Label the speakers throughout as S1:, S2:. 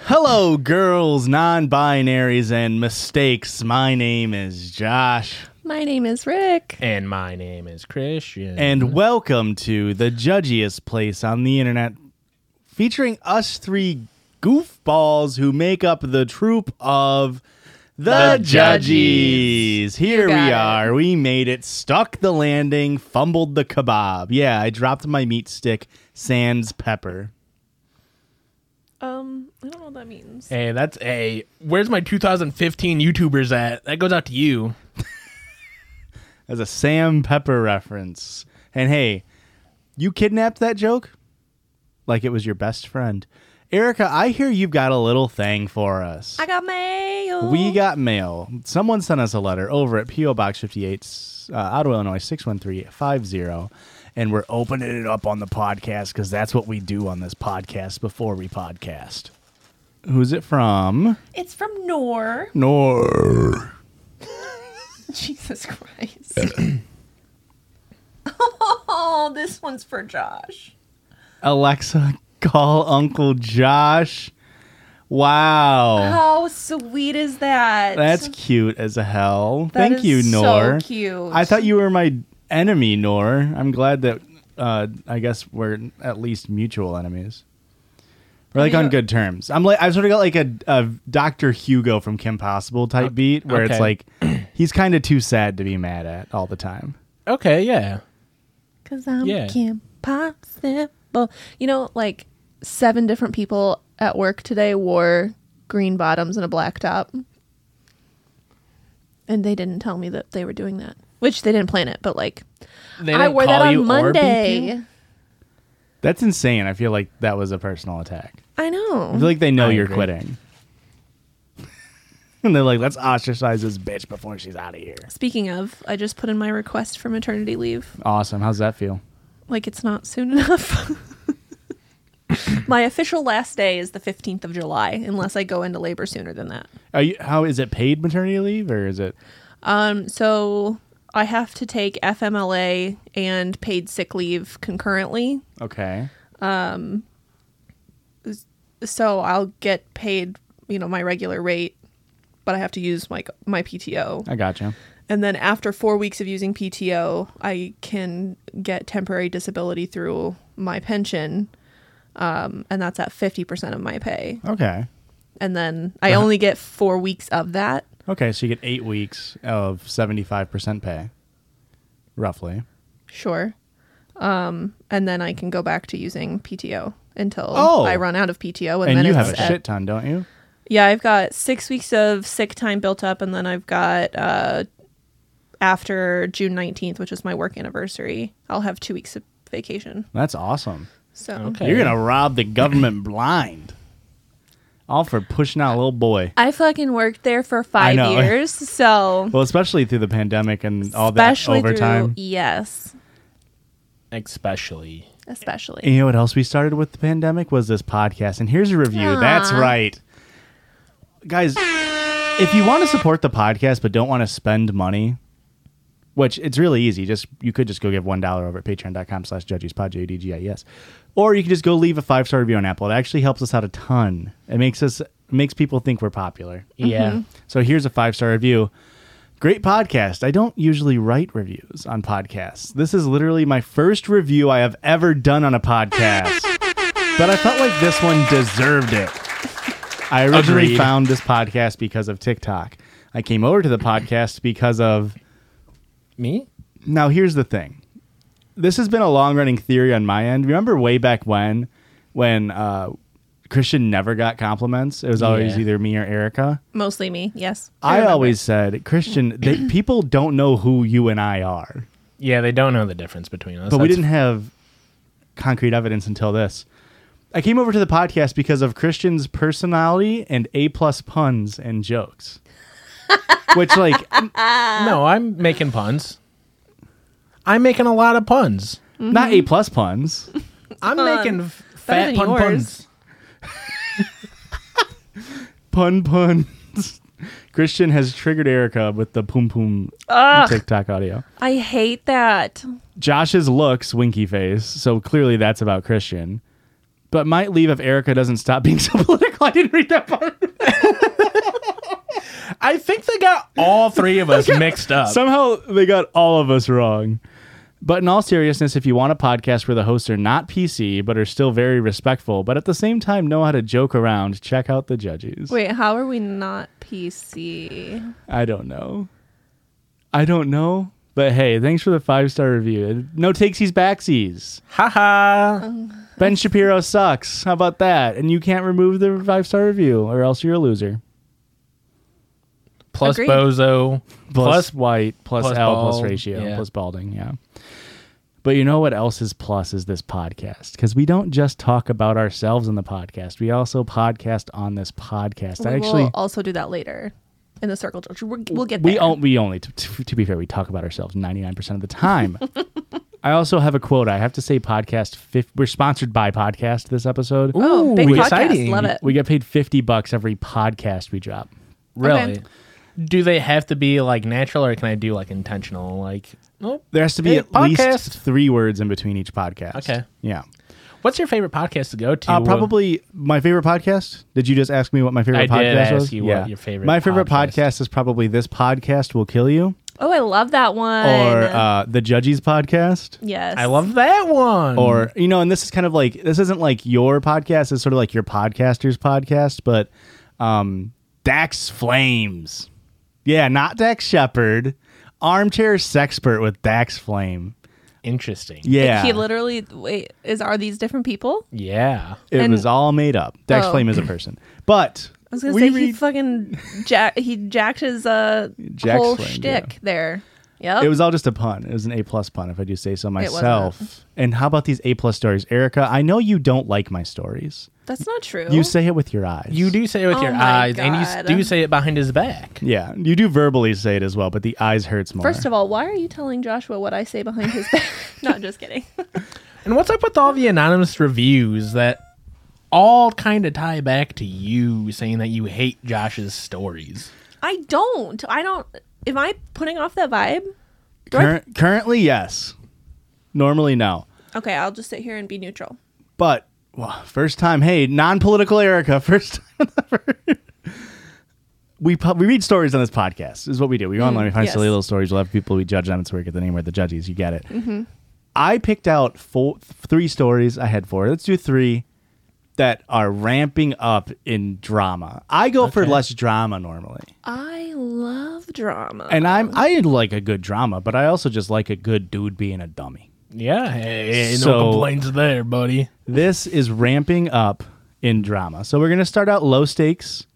S1: Hello, girls, non binaries, and mistakes. My name is Josh,
S2: My name is Rick.
S3: And my name is Christian.
S2: Mm-hmm.
S1: and welcome to the judgiest place on the internet, featuring us three goofballs who make up the troupe of the,
S3: The
S1: Judgies.
S3: Judgies.
S1: Here we
S2: got it.
S1: are. We made it, stuck the landing, fumbled the kebab. Yeah, I dropped my meat stick, sans pepper.
S2: Um, I don't know what that means.
S3: hey, that's a. Where's my 2015 YouTubers at? That goes out to you.
S1: That's a Sam Pepper reference. And hey, you kidnapped that joke like it was your best friend. Erica, I hear you've got a little thing for us.
S2: I got mail.
S1: we got mail. Someone sent us a letter over at P.O. Box 58, uh, Ottawa, Illinois, 61350. And we're opening it up on the podcast because that's what we do on this podcast before we podcast. Who's it from?
S2: It's from Nor.
S1: Nor.
S2: Jesus Christ. oh, this one's for Josh.
S1: Alexa, call Uncle Josh.
S3: Oh.
S1: Wow.
S2: How sweet is that?
S1: That's cute as a hell.
S2: That
S1: Thank
S2: is
S1: you,
S2: so
S1: Nor.
S2: cute.
S1: I thought you were my enemy, Nor. I'm glad that uh, I guess we're at least mutual enemies. We're like
S2: mean,
S1: on
S2: uh,
S1: good terms. I'm like I've sort of got like a, a Doctor Hugo from Kim Possible type beat where it's
S3: okay.
S1: like he's kind of too sad to be mad at all the time.
S3: Okay, yeah.
S2: Cause I'm
S3: Yeah.
S2: Kim Possible. You know, like seven different people at work today wore green bottoms and a black top, and they didn't tell me that they were doing that. Which they didn't plan it, but like
S3: They
S2: I
S3: didn't
S2: wore that
S3: call
S2: on
S3: you or beep you?
S2: Monday.
S1: That's insane. I feel like that was a personal attack.
S2: I know.
S1: I feel like they know
S3: I
S1: you're
S3: agree.
S1: quitting. and they're like, let's ostracize this bitch before she's out of here.
S2: Speaking of, I just put in my request for maternity leave.
S1: Awesome. How's that feel?
S2: Like it's not soon enough. my official last day is the 15th of July, unless I go into labor sooner than that.
S1: Are you, how is it paid maternity leave or is it?
S2: Um, so I have to take FMLA and paid sick leave concurrently.
S1: Okay.
S2: So I'll get paid, you know, my regular rate, but I have to use my my PTO.
S1: I gotcha.
S2: And then after 4 weeks of using PTO, I can get temporary disability through my pension. Um, and that's at 50% of my pay.
S1: Okay.
S2: And then I
S1: Uh-huh.
S2: only get 4 weeks of that.
S1: Okay. So you get eight weeks of 75% pay, roughly.
S2: Sure. Um, and then I can go back to using PTO until
S1: Oh.
S2: I run out of PTO. And,
S1: And,
S2: then
S1: you
S2: it's
S1: have a
S2: at-
S1: shit ton, don't you?
S2: Yeah, I've got six weeks of sick time built up, and then I've got uh, after June nineteenth, which is my work anniversary, I'll have two weeks of vacation.
S1: That's awesome.
S2: So
S3: Okay.
S1: You're going to rob the government blind. All for pushing out a little boy.
S2: I fucking worked there for
S1: I
S2: five
S1: know.
S2: years, so
S1: Well, especially through the pandemic and all
S2: especially
S1: that overtime.
S2: through yes,
S3: Especially.
S2: especially.
S1: And you know what else we started with the pandemic was this podcast. And here's a review. That's right. Guys, if you want to support the podcast but don't want to spend money, which it's really easy. Just you could just go give one dollar over at patreon.com slash judgespod J U D G I E S. Or you can just go leave a five star review on Apple. It actually helps us out a ton. It makes us makes people think we're popular.
S3: Yeah.
S1: So here's a five star review. Great podcast. I don't usually write reviews on podcasts. This is literally my first review I have ever done on a podcast. But I felt like this one deserved it. I originally
S3: Agreed.
S1: found this podcast because of TikTok. I came over to the podcast because of
S3: Me?
S1: now, here's the thing. This has been a long running theory on my end. Remember way back when, when uh, Christian never got compliments? It was always
S3: Yeah.
S1: either me or Erica.
S2: Mostly me. Yes.
S1: I, uh,
S2: remember.
S1: always said, Christian, they, people don't know who you and I are.
S3: Yeah, they don't know the difference between us.
S1: But we
S3: That's-
S1: didn't have concrete evidence until this. I came over to the podcast because of Christian's personality and A plus puns and jokes. Which, like,
S3: No, I'm making puns. I'm making a lot of puns.
S1: not A plus puns.
S3: I'm making f-
S2: Better than
S3: fat pun
S2: yours.
S3: puns.
S1: pun puns. Christian has triggered Erica with the poom poom TikTok audio.
S2: I hate that.
S1: Josh's looks, winky face. So clearly that's about Christian. But might leave if Erica doesn't stop being so political. I didn't read that part.
S3: I think they got all three of us mixed up.
S1: Somehow they got all of us wrong. Uh, But in all seriousness, if you want a podcast where the hosts are not PC but are still very respectful, but at the same time know how to joke around, check out the judges.
S2: Wait, how are we not PC?
S1: I don't know. I don't know. But hey, thanks for the five star review. Uh, No takesies backsies.
S3: ha ha.
S1: Ben Shapiro sucks. How about that? And you can't remove the five star review, or else you're a loser.
S3: Plus
S2: Agreed.
S3: bozo.
S1: Plus,
S3: Plus,
S1: white, plus,
S3: plus
S1: L, plus
S3: bald,
S1: ratio,
S3: yeah.
S1: plus balding. Yeah. But you know what else is plus is this podcast because we don't just talk about ourselves in the podcast. We also podcast on this podcast. I
S2: we
S1: actually
S2: will also do that later in the circle. jerk. We're- We'll get there.
S1: we on, we only to, to, to be fair we talk about ourselves 99% of the time i also have a quote i have to say podcast fif- we're sponsored by podcast this episode
S2: Oh, big
S3: Ooh,
S2: podcast.
S3: exciting.
S2: Love it.
S1: we get paid 50 bucks every podcast we drop
S3: really.
S2: Okay.
S3: Do they have to be like natural or can I do like intentional? Like, nope.
S1: there has to be
S3: Hey,
S1: at least
S3: podcast.
S1: three words in between each podcast
S3: Okay.
S1: yeah
S3: What's your favorite podcast to go to?
S1: uh, probably my favorite podcast. Did you just ask me what my favorite
S3: I
S1: podcast
S3: did ask
S1: was?
S3: you what your favorite
S1: My favorite
S3: podcast-
S1: podcast is probably this podcast will kill you
S2: Oh, I love that one.
S1: or uh, the Judges podcast.
S2: yes.
S3: I love that one.
S1: or you know and this is kind of like this isn't like your podcast it's sort of like your podcaster's podcast but um dax flames yeah not dax Shepard. armchair sexpert with dax flame
S3: interesting.
S1: yeah
S2: He literally wait, is are these different people?
S3: Yeah.
S1: it
S2: and-
S1: was all made up dax
S2: Oh.
S1: flame is a person but
S2: I was gonna say he fucking jack he jacked his uh
S1: Jack
S2: whole
S1: slammed,
S2: shtick
S1: yeah.
S2: there. Yep.
S1: it was all just a pun. It was an A plus pun, if I do say so
S2: wasn't.
S1: myself. And how about these A plus stories, Erica? I know you don't like my stories.
S2: That's not true.
S1: You say it with your eyes.
S3: You do say it with
S2: Oh
S3: your
S2: my
S3: eyes, and you s-
S2: God.
S3: do say it behind his back.
S1: Yeah, you do verbally say it as well, but the eyes hurts more.
S2: First of all, why are you telling Joshua what I say behind his back? not just kidding.
S3: And what's up with all the anonymous reviews that all kind of tie back to you saying that you hate Josh's stories?
S2: I don't. I don't. Am I putting off that vibe? Do I-
S1: Cur- currently, yes. Normally, no.
S2: okay, I'll just sit here and be neutral.
S1: But well, first time, hey, non-political Erica, first time ever. We, pu- we read stories on this podcast is what we do. We go online, we find
S2: yes.
S1: silly little stories. We'll have people we judge them. It's where we get the name where the judges. You get it. I picked out four, three stories. I had four. Let's do three that are ramping up in drama. I go for less drama normally.
S2: I love drama.
S1: And I'm I like a good drama, but I also just like a good dude being a dummy.
S3: Yeah, hey,
S1: So-
S3: no complaints there, buddy.
S1: this is ramping up in drama. So we're going to start out low stakes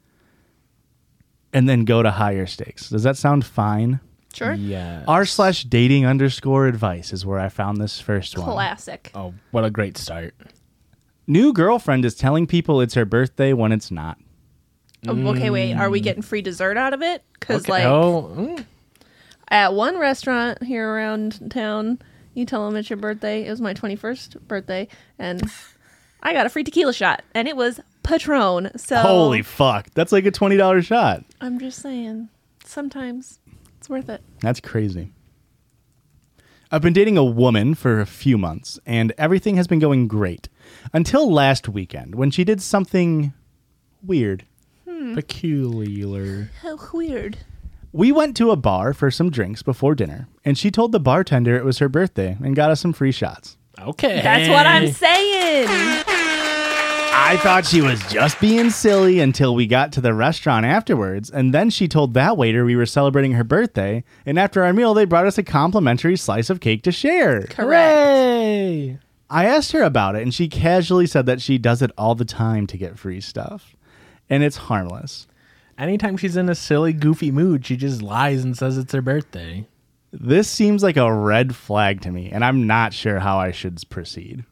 S1: and then go to higher stakes. Does that sound fine?
S2: sure.
S3: Yeah.
S1: R slash dating underscore advice is where I found this first one.
S2: Classic.
S3: Oh, what a great start.
S1: New girlfriend is telling people it's her birthday when it's not.
S2: Oh, Okay, wait. Are we getting free dessert out of it? Because like
S3: oh, mm,
S2: at one restaurant here around town, you tell them it's your birthday. It was my twenty first birthday, and I got a free tequila shot, and it was Patron. So
S1: Holy fuck. That's like a $20 shot.
S2: I'm just saying. Sometimes it's worth it.
S1: That's crazy. I've been dating a woman for a few months, and everything has been going great until last weekend when she did something weird.
S3: Peculiar.
S2: How weird.
S1: We went to a bar for some drinks before dinner, and she told the bartender it was her birthday and got us some free shots.
S3: Okay.
S2: That's what
S1: Eh.
S2: I'm saying.
S1: I thought she was just being silly until we got to the restaurant afterwards, and then she told that waiter we were celebrating her birthday, and after our meal, they brought us a complimentary slice of cake to share.
S3: Hooray!
S1: I asked her about it, and she casually said that she does it all the time to get free stuff, and it's harmless.
S3: Anytime she's in a silly, goofy mood, she just lies and says it's her birthday.
S1: This seems like a red flag to me, and I'm not sure how I should proceed.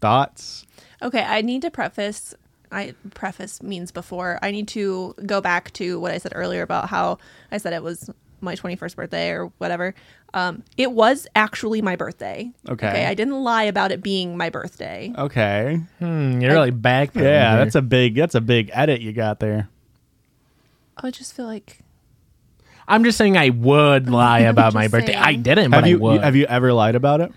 S1: Thoughts?
S2: Okay, I need to preface. I preface means before. I need to go back to what I said earlier about how I said it was my 21st birthday or whatever. Um, it was actually my birthday.
S1: Okay.
S2: I didn't lie about it being my birthday.
S1: Okay.
S3: Hmm, you're really back.
S1: Yeah, that's a big that's a big edit you got there.
S2: I just feel like
S3: I'm just saying I would lie about my
S2: Just
S3: birthday.
S2: saying.
S3: I didn't,
S1: Have
S3: but
S1: you
S3: I would.
S1: have you ever lied about it?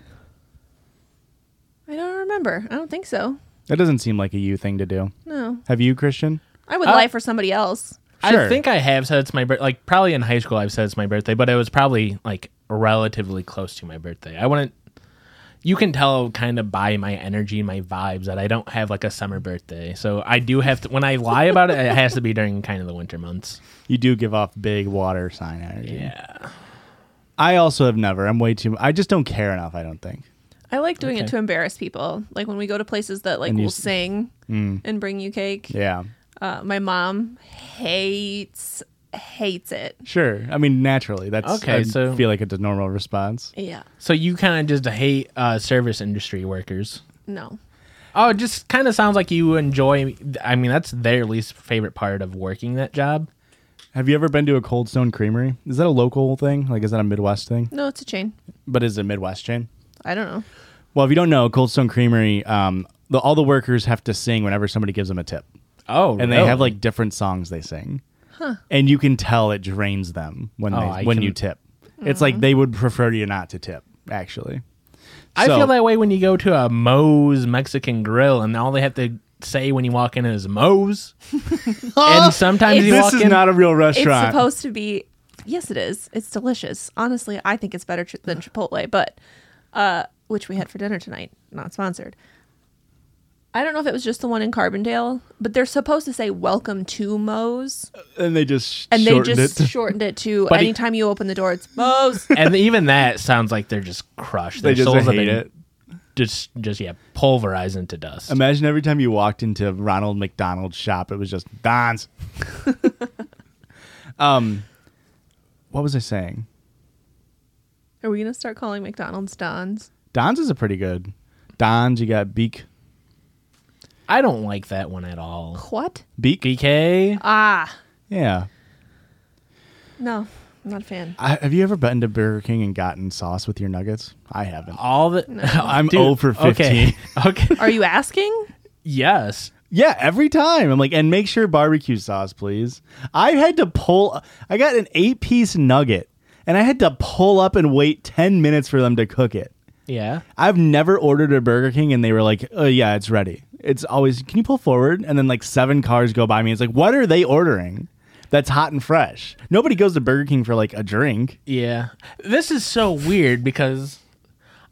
S2: I don't remember. I don't think so.
S1: That doesn't seem like a you thing to do.
S2: No,
S1: Have you, Christian?
S2: I would
S3: Uh,
S2: lie for somebody else.
S1: Sure.
S3: I think I have said it's my birthday. Like probably in high school, I've said it's my birthday, but it was probably like relatively close to my birthday. I wouldn't. You can tell kind of by my energy and my vibes that I don't have like a summer birthday. So I do have to when I lie about it, it has to be during kind of the winter months.
S1: You do give off big water sign energy. Yeah. I also have never. I'm way too. I just don't care enough. I don't think.
S2: I like doing it
S3: Okay.
S2: to embarrass people. Like when we go to places that like
S1: And you
S2: will
S1: s- Mm.
S2: sing and bring you cake.
S1: Yeah.
S2: Uh, my mom hates hates it.
S1: Sure. I mean, naturally. That's
S3: Okay,
S1: I
S3: so-
S1: feel like it's a normal response.
S2: Yeah.
S3: So you kind of just hate uh, service industry workers.
S2: No.
S3: Oh, it just kind of sounds like you enjoy. I mean, that's their least favorite part of working that job.
S1: Have you ever been to a Cold Stone Creamery? Is that a local thing? Like, is that a Midwest thing?
S2: No, it's a chain.
S1: But is it a Midwest chain?
S2: I don't know.
S1: Well, if you don't know, Cold Stone Creamery, um, the, all the workers have to sing whenever somebody gives them a tip,
S3: Oh,
S1: and they have like different songs they sing, and you can tell it drains them when
S3: Oh,
S1: they,
S3: I
S1: when
S3: can-
S1: you tip. It's like they would prefer you not to tip. Actually,
S3: I
S1: So-
S3: feel that way when you go to a Moe's Mexican Grill, and all they have to say when you walk in is Moe's. and sometimes
S2: It's-
S3: you
S1: This
S3: walk
S1: is
S3: in.
S1: not a real
S2: It's
S1: restaurant.
S2: supposed to be. Yes, it is. It's delicious. Honestly, I think it's better ch- than Chipotle, but uh, which we had for dinner tonight, not sponsored. I don't know if it was just the one in Carbondale, but they're supposed to say "Welcome to Moe's,"
S1: and they just
S2: and they
S1: shortened
S2: just
S1: it.
S2: shortened it to
S3: But he-
S2: "Anytime you open the door, it's Moe's."
S3: and even that sounds like they're just crushed.
S1: They
S3: Their
S1: just
S3: souls have
S1: hate
S3: been
S1: it.
S3: Just, just yeah, pulverized into dust.
S1: Imagine every time you walked into Ronald McDonald's shop, it was just Don's. um, what was I saying?
S2: Are we gonna start calling McDonald's Don's?
S1: Don's is a pretty good. Don's, you got Beak,
S3: I don't like that one at all.
S2: What?
S1: Beak,
S3: BK,
S2: Ah,
S1: yeah.
S2: no, I'm not a fan.
S1: I, have you ever been to Burger King and gotten sauce with your nuggets? I haven't.
S3: all the
S1: I'm
S3: Dude,
S1: 0 for 15.
S3: Okay, okay.
S2: Are you asking?
S3: yes.
S1: Yeah, every time. I'm like, and make sure barbecue sauce, please. I had to pull, I got an eight piece nugget and I had to pull up and wait 10 minutes for them to cook it.
S3: Yeah.
S1: I've never ordered a Burger King and they were like, oh, yeah, it's ready. It's always, can you pull forward? And then like seven cars go by me. It's like, what are they ordering that's hot and fresh? Nobody goes to Burger King for like a drink.
S3: Yeah. This is so weird because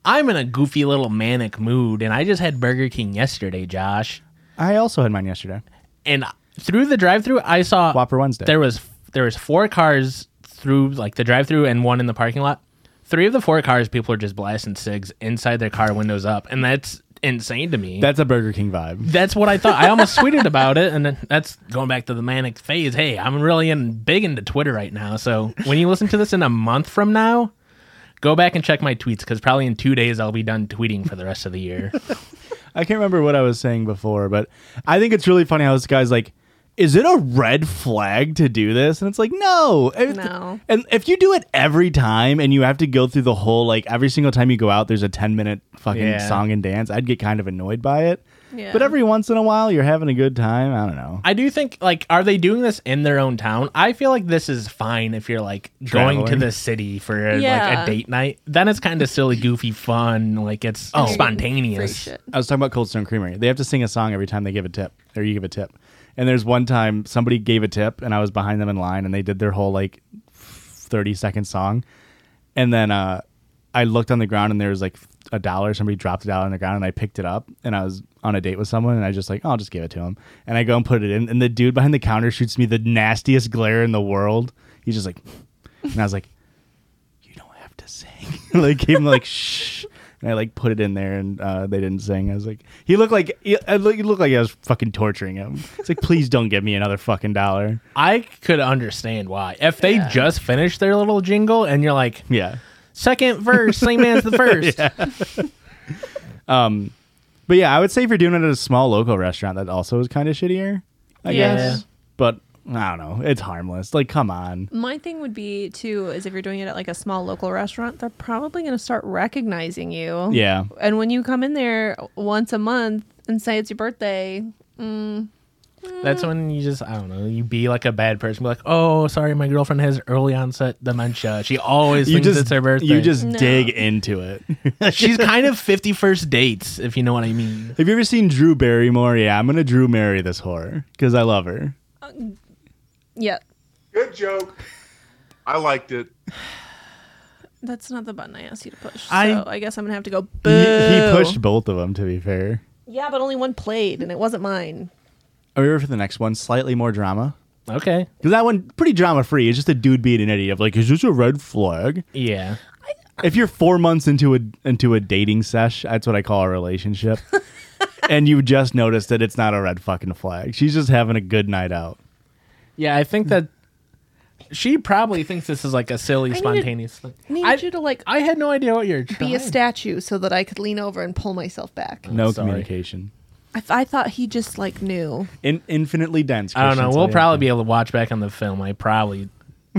S3: I'm in a goofy little manic mood and I just had Burger King yesterday, Josh.
S1: I also had mine yesterday.
S3: And through the drive-through, I saw
S1: Whopper Wednesday.
S3: There was there was four cars through like the drive-through and one in the parking lot. Three of the four cars people are just blasting cigs inside their car windows up, and that's insane to me.
S1: That's a Burger King vibe.
S3: that's what I thought. I almost tweeted about it, and then that's going back to the manic phase. Hey, I'm really in big into Twitter right now. So when you listen to this in a month from now, go back and check my tweets because probably in two days I'll be done tweeting for the rest of the year.
S1: I can't remember what I was saying before, but I think it's really funny how this guy's like, is it a red flag to do this? And it's like, no. If-
S2: No.
S1: And if you do it every time and you have to go through the whole, like, every single time you go out, there's a 10 minute fucking
S3: Yeah.
S1: song and dance, I'd get kind of annoyed by it.
S2: Yeah.
S1: But every once in a while, you're having a good time. I don't know.
S3: I do think like are they doing this in their own town? I feel like this is fine if you're like going to
S1: Traveling.
S3: the city for
S2: Yeah.
S3: like a date night. Then it's kind of silly, goofy, fun. Like it's
S2: Oh, Free
S3: spontaneous.
S2: shit.
S1: I was talking about Cold Stone Creamery. They have to sing a song every time they give a tip or you give a tip. And there's one time somebody gave a tip and I was behind them in line and they did their whole like 30 second song. And then uh, I looked on the ground and there was like a dollar. Somebody dropped it out on the ground and I picked it up and I was on a date with someone and I just like, "Oh, I'll just give it to him. And I go and put it in. And the dude behind the counter shoots me the nastiest glare in the world. He's just like, and I was like, you don't have to sing. like gave him like shh, and I like put it in there, and uh, they didn't sing. I was like, he looked like he, I look- he looked like I was fucking torturing him. It's like, please don't give me another fucking dollar.
S3: I could understand why if they just finished their little jingle and you're like
S1: Yeah,
S3: second verse, same as the first.
S1: but yeah, I would say if you're doing it at a small local restaurant, that also is kind of shittier. I
S2: Yeah.
S1: guess, but I don't know. It's harmless. Like, come on.
S2: My thing would be too is if you're doing it at like a small local restaurant, they're probably going to start recognizing you.
S1: Yeah,
S2: And when you come in there once a month and say it's your birthday,
S3: That's when you just I don't know. You be like a bad person. Be like, oh, sorry, my girlfriend has early onset dementia. She always
S1: you
S3: thinks
S1: just
S3: it's her birthday.
S1: you just
S2: No.
S1: dig into it.
S3: she's kind of fifty first dates if you know what I mean.
S1: Have you ever seen Drew Barrymore? Yeah, I'm gonna Drew marry this whore because I love her.
S2: yeah,
S4: Good joke. I liked it.
S2: that's not the button I asked you to push.
S3: I-
S2: so I guess I'm going to have to go boo.
S1: He, he pushed both of them. To be fair.
S2: Yeah, but only one played and it wasn't mine.
S1: Are we ready for the next one? Slightly more drama.
S3: Okay.
S1: Because that one, pretty drama free. It's just a dude being an idiot. Of like, is this a red flag?
S3: Yeah.
S1: If you're four months into a into a dating sesh, that's what I call a relationship, and you just noticed that it's not a red fucking flag. She's just having a good night out.
S3: Yeah, I think that she probably thinks this is like a silly,
S2: need to-
S3: spontaneous thing.
S2: Need
S3: I,
S2: you to like
S3: I had no idea what you're trying.
S2: be a statue so that I could lean over and pull myself back.
S1: No
S3: Sorry.
S1: communication.
S2: I, I thought he just like knew.
S1: In, infinitely dense.
S3: I don't know.
S1: Christian,
S3: We'll
S1: so yeah.
S3: probably be able to watch back on the film. I probably,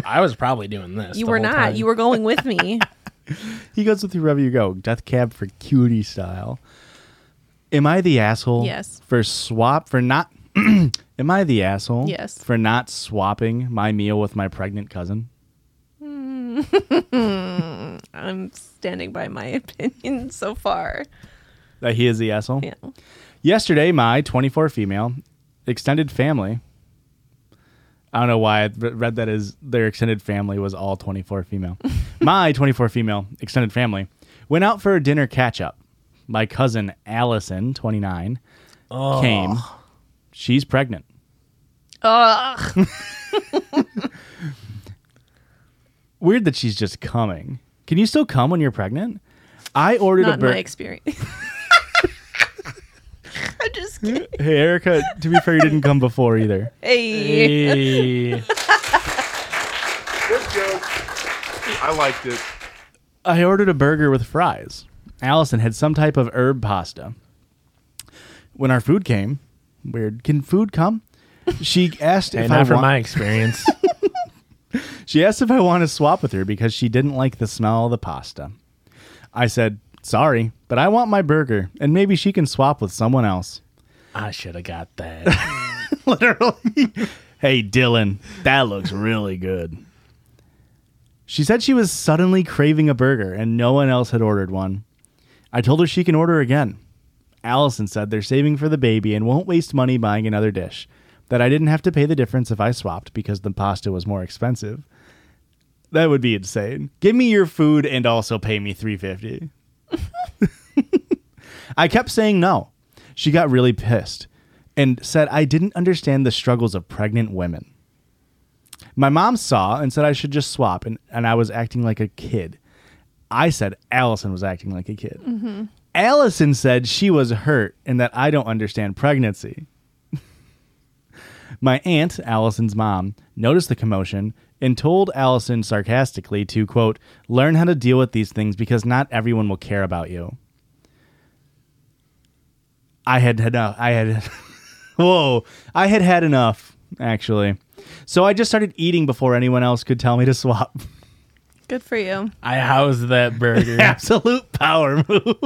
S3: I was probably doing this.
S2: You
S3: the
S2: were
S3: whole
S2: not.
S3: time.
S2: You were going with me.
S1: He goes with you wherever you go. Death cab for cutie style. Am I the asshole?
S2: Yes.
S1: For swap for not. am I the asshole?
S2: Yes.
S1: For not swapping my meal with my pregnant cousin.
S2: I'm standing by my opinion so far.
S1: That he is the asshole.
S2: Yeah.
S1: Yesterday, my 24 female extended family. I don't know why I re- read that as their extended family was all 24 female. my 24 female extended family went out for a dinner catch up. My cousin Allison, 29, came. She's pregnant.
S2: Ugh.
S1: Weird that she's just coming. Can you still come when you're pregnant? I ordered
S2: Not
S1: a
S2: in my
S1: burger.
S2: experience. I'm just kidding.
S1: hey, Erica, to be fair, you didn't come before either.
S2: Hey.
S3: Hey.
S4: Good joke. I liked it.
S1: I ordered a burger with fries. Allison had some type of herb pasta. When our food came, weird. Can food come? She asked
S3: Hey,
S1: if I
S3: not from
S1: wa-
S3: my experience.
S1: She asked if I want to swap with her because she didn't like the smell of the pasta. I said, "Sorry, but I want my burger, and maybe she can swap with someone else."
S3: I should have got that.
S1: Literally. hey, Dylan, that looks really good. She said she was suddenly craving a burger and no one else had ordered one. I told her she can order again. Allison said they're saving for the baby and won't waste money buying another dish, that I didn't have to pay the difference if I swapped because the pasta was more expensive. That would be insane. Give me your food and also pay me 350. I kept saying no. She got really pissed and said I didn't understand the struggles of pregnant women. My mom saw and said I should just swap, and, and I was acting like a kid. I said Allison was acting like a kid. Allison said she was hurt and that I don't understand pregnancy. My aunt, Allison's mom, noticed the commotion and told Allison sarcastically to, quote, learn how to deal with these things because not everyone will care about you. uh, I had had enough. I had, whoa, I had had enough. actually. So I just started eating before anyone else could tell me to swap.
S2: Good for you.
S3: I housed that burger.
S1: Absolute power move.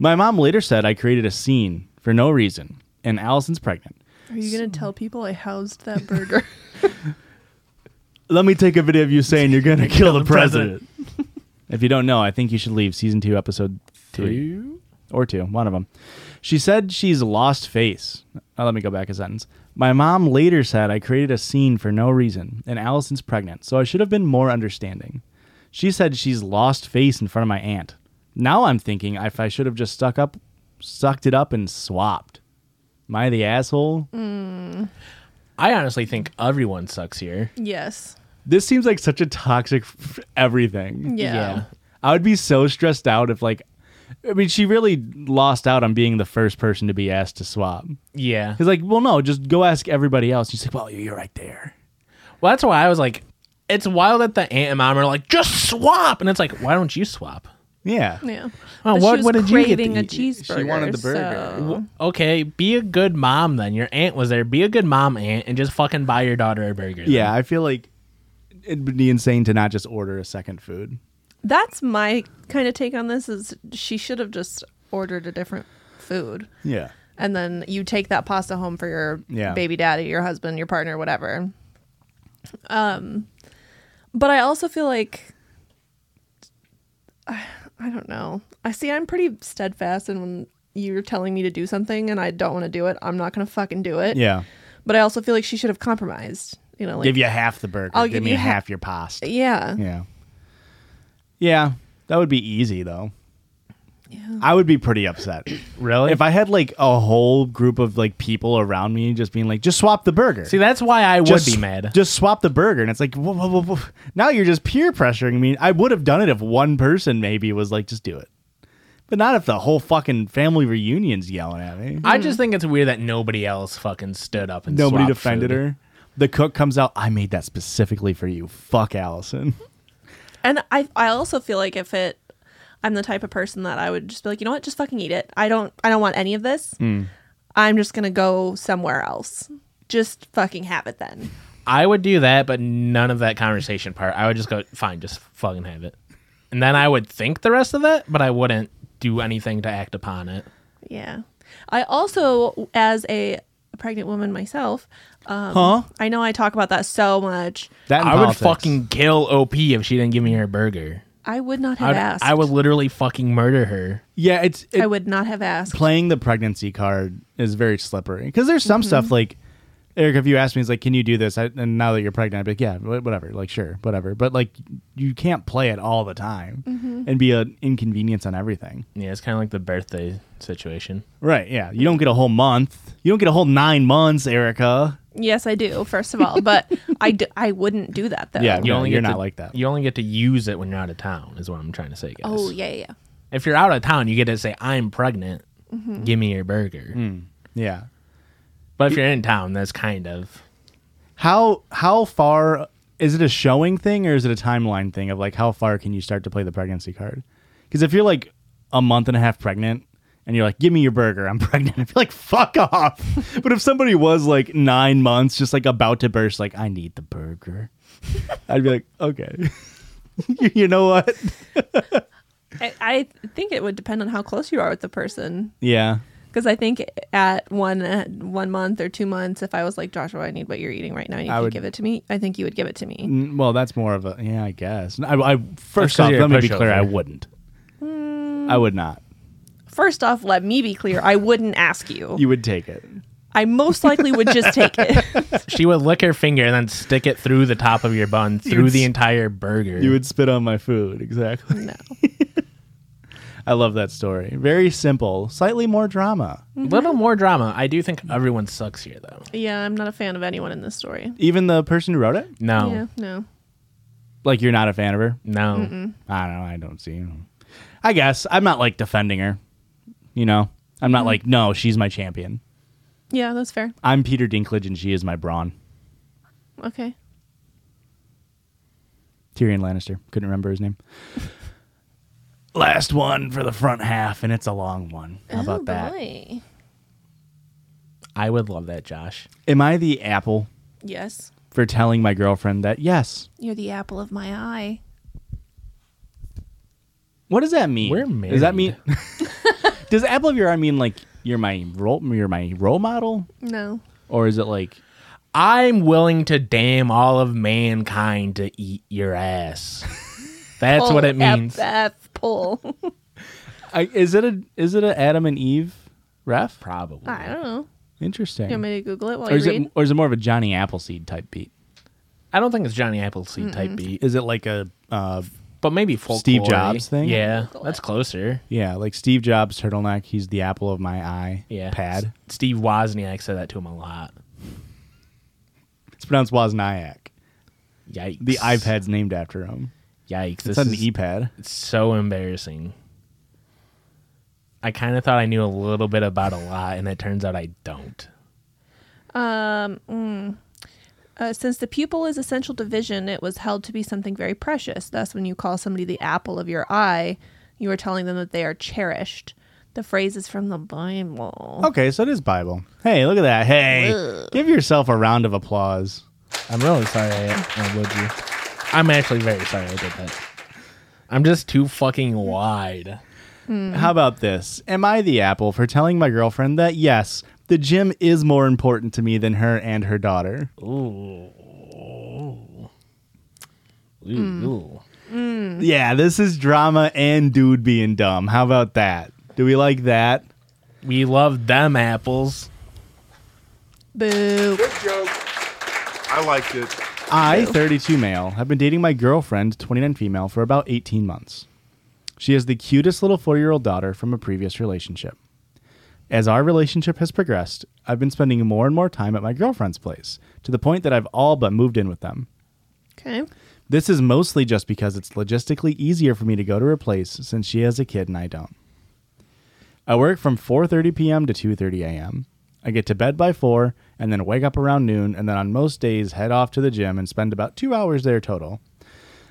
S1: My mom later said I created a scene for no reason, and Allison's pregnant.
S2: Are you gonna tell people I housed that burger?
S1: Let me take a video of you saying you're going to kill the
S3: the president.
S1: president. if you don't know, I think you should leave season two, episode three. or two, one of them. She said she's lost face. Uh, let me go back a sentence. My mom later said I created a scene for no reason, and Allison's pregnant, so I should have been more understanding. She said she's lost face in front of my aunt. Now I'm thinking if I should have just stuck up, sucked it up, and swapped. Am I the asshole?
S3: I honestly think everyone sucks here.
S2: yes.
S1: This seems like such a toxic f- everything.
S2: Yeah.
S1: I would be so stressed out if like, I mean, she really lost out on being the first person to be asked to swap.
S3: Yeah.
S1: He's like, well, no, just go ask everybody else. He's like, well, you're right there.
S3: Well, that's why I was like, it's wild that the aunt and mom are like, just swap. And it's like, why don't you swap?
S1: Yeah.
S2: Yeah.
S3: Oh,
S2: But
S3: what-
S2: she was
S3: what did you get to
S2: craving a
S3: eat?
S2: cheeseburger.
S4: She wanted the burger.
S2: so-
S3: Okay, be a good mom then. Your aunt was there. Be a good mom, aunt, and just fucking buy your daughter a burger. then.
S1: Yeah, I feel like it'd be insane to not just order a second food.
S2: That's my kind of take on this is she should have just ordered a different food.
S1: Yeah.
S2: And then you take that pasta home for your
S1: Yeah.
S2: baby daddy, your husband, your partner, whatever. Um but I also feel like I, I don't know. I see I'm pretty steadfast and when you're telling me to do something and I don't want to do it, I'm not going to fucking do it.
S1: Yeah.
S2: But I also feel like she should have compromised, you know, like
S1: give you half the burger.
S2: I'll
S1: give
S2: give
S1: me
S2: you ha-
S1: half your pasta.
S2: yeah.
S1: Yeah. Yeah. That would be easy though. Yeah. I would be pretty upset.
S3: Really?
S1: if I had like a whole group of like people around me just being like, just swap the burger.
S3: See, that's why I would
S1: just,
S3: be mad.
S1: Just swap the burger, and it's like, whoa, whoa, whoa, whoa. now you're just peer pressuring me. I would have done it if one person maybe was like, just do it, but not if the whole fucking family reunion's yelling at me.
S3: I just think it's weird that nobody else fucking stood up and
S1: Nobody
S3: swapped
S1: defended
S3: food.
S1: her. The cook comes out. I made that specifically for you. Fuck Allison.
S2: And I I also feel like if it I'm the type of person that I would just be like, you know what, just fucking eat it. I don't I don't want any of this.
S3: Mm.
S2: I'm just gonna go somewhere else. Just fucking have it then.
S3: I would do that, but none of that conversation part. I would just go, fine, just fucking have it. And then I would think the rest of that, but I wouldn't do anything to act upon it.
S2: Yeah. I also as a pregnant woman myself, um, I know I talk about that so much.
S1: That and
S3: I would
S1: politics.
S3: fucking kill OP if she didn't give me her burger.
S2: I would not have
S3: I'd,
S2: asked.
S3: I would literally fucking murder her.
S1: yeah. It's it,
S2: I would not have asked.
S1: playing the pregnancy card is very slippery because there's some stuff like Eric. If you asked me, it's like, can you do this? I, and now that you're pregnant, I'd be like, yeah, wha- whatever. Like, sure, whatever. But like, you can't play it all the time and be an inconvenience on everything.
S3: Yeah, it's kind of like the birthday situation.
S1: Right? Yeah. You don't get a whole month. You don't get a whole nine months, Erica.
S2: yes, I do. First of all, but I, d- I wouldn't do that though.
S1: Yeah.
S3: You
S1: No,
S3: only
S1: you're
S3: get
S1: not
S3: to-
S1: like that.
S3: You only get to use it when you're out of town, is what I'm trying to say, guys.
S2: Oh yeah, yeah. yeah.
S3: If you're out of town, you get to say, I'm pregnant. Give me your burger.
S1: Mm. Yeah.
S3: But if you're in town, that's kind of.
S1: How how far is it a showing thing or is it a timeline thing of like how far can you start to play the pregnancy card? Because if you're like a month and a half pregnant and you're like, give me your burger, I'm pregnant. I feel like fuck off. but if somebody was like nine months, just like about to burst, like I need the burger, I'd be like, okay, you, you know what?
S2: I, I think it would depend on how close you are with the person.
S1: Yeah,
S2: Because I think at one uh, one month or two months, if I was like Joshua, I need what you're eating right now, and you
S1: I
S2: could
S1: would-
S2: give it to me. I think you would give it to me.
S1: Mm, well, that's more of a yeah, I guess. I, I first
S3: 'cause
S1: off,
S3: you're a
S1: let me be clear,
S3: pushover.
S1: I wouldn't. I would not.
S2: First off, let me be clear: I wouldn't ask you.
S1: You would take it.
S2: I most likely would just take it.
S3: She would lick her finger and then stick it through the top of your bun, through
S1: would
S3: the
S1: s-
S3: entire burger.
S1: You would spit on my food, exactly.
S2: no,
S1: I love that story. Very simple, slightly more drama.
S2: Mm-hmm.
S3: little more drama. I do think everyone sucks here, though.
S2: yeah, I'm not a fan of anyone in this story.
S1: Even the person who wrote it,
S3: No,
S2: Yeah, no.
S1: like you're not a fan of her.
S3: no.
S1: I don't. know. I don't see. I guess I'm not like defending her. You know, I'm not like no, she's my champion.
S2: Yeah, that's fair.
S1: I'm Peter Dinklage and she is my Braun.
S2: Okay.
S1: Tyrion Lannister. Couldn't remember his name. Last
S2: Uh-huh. Oh,
S1: one for the front half, and it's a long one. How about that?
S2: boy.
S3: I would love that, Josh.
S1: Am I the apple
S2: Yes.
S1: for telling my girlfriend that yes?
S2: You're the apple of my eye.
S1: What does that mean?
S3: We're
S1: Does that mean?
S3: married.
S1: does apple of your eye mean like you're my role? You're my role model,
S2: No.
S1: or is it like
S3: I'm willing to damn all of mankind to eat your ass. That's what it means.
S2: F pull.
S1: I, is it a is it a Adam and Eve ref?
S3: Probably.
S2: I don't know.
S1: Interesting.
S2: You want me to Google it while
S1: or
S2: you
S1: is
S2: read?
S1: it or is it more of a Johnny Appleseed type beat?
S3: I don't think it's Johnny Appleseed type beat,
S1: Is it like a uh,
S3: but maybe folklore.
S1: Steve Jobs thing?
S3: Yeah, that's closer.
S1: yeah like Steve Jobs turtleneck? He's the apple of my eye.
S3: Yeah, S-
S1: Pad.
S3: Steve Wozniak said that to him a lot.
S1: It's pronounced Wozniak.
S3: Yikes.
S1: The iPad's named after him.
S3: Yikes.
S1: It's
S3: This
S1: not an
S3: is
S1: E-pad.
S3: so embarrassing. I kind of thought I knew a little bit about a lot, and it turns out I don't.
S2: Uh, since the pupil is essential to vision, it was held to be something very precious. Thus, when you call somebody the apple of your eye, you are telling them that they are cherished. The phrase is from the Bible.
S1: Okay, so it is Bible. Hey, look at that. Hey, give yourself a round of applause.
S3: I'm really sorry I, I would you. I'm actually very sorry I did that. I'm just too fucking wide.
S1: How about this? Am I the apple for telling my girlfriend that yes, the gym is more important to me than her and her daughter?
S3: Ooh,
S2: Hmm.
S3: ooh.
S1: Yeah, this is drama and dude being dumb. How about that? Do we like that?
S3: We love them apples.
S2: Boo.
S4: Good joke. I liked it.
S1: I, 32 male, have been dating my girlfriend, 29 female, for about 18 months. She has the cutest little four year old daughter from a previous relationship. As our relationship has progressed, I've been spending more and more time at my girlfriend's place, to the point that I've all but moved in with them.
S2: Okay.
S1: This is mostly just because it's logistically easier for me to go to her place since she has a kid and I don't. I work from 4:30 p.m. to 2:30 a.m. I get to bed by 4 and then wake up around noon and then on most days head off to the gym and spend about 2 hours there total.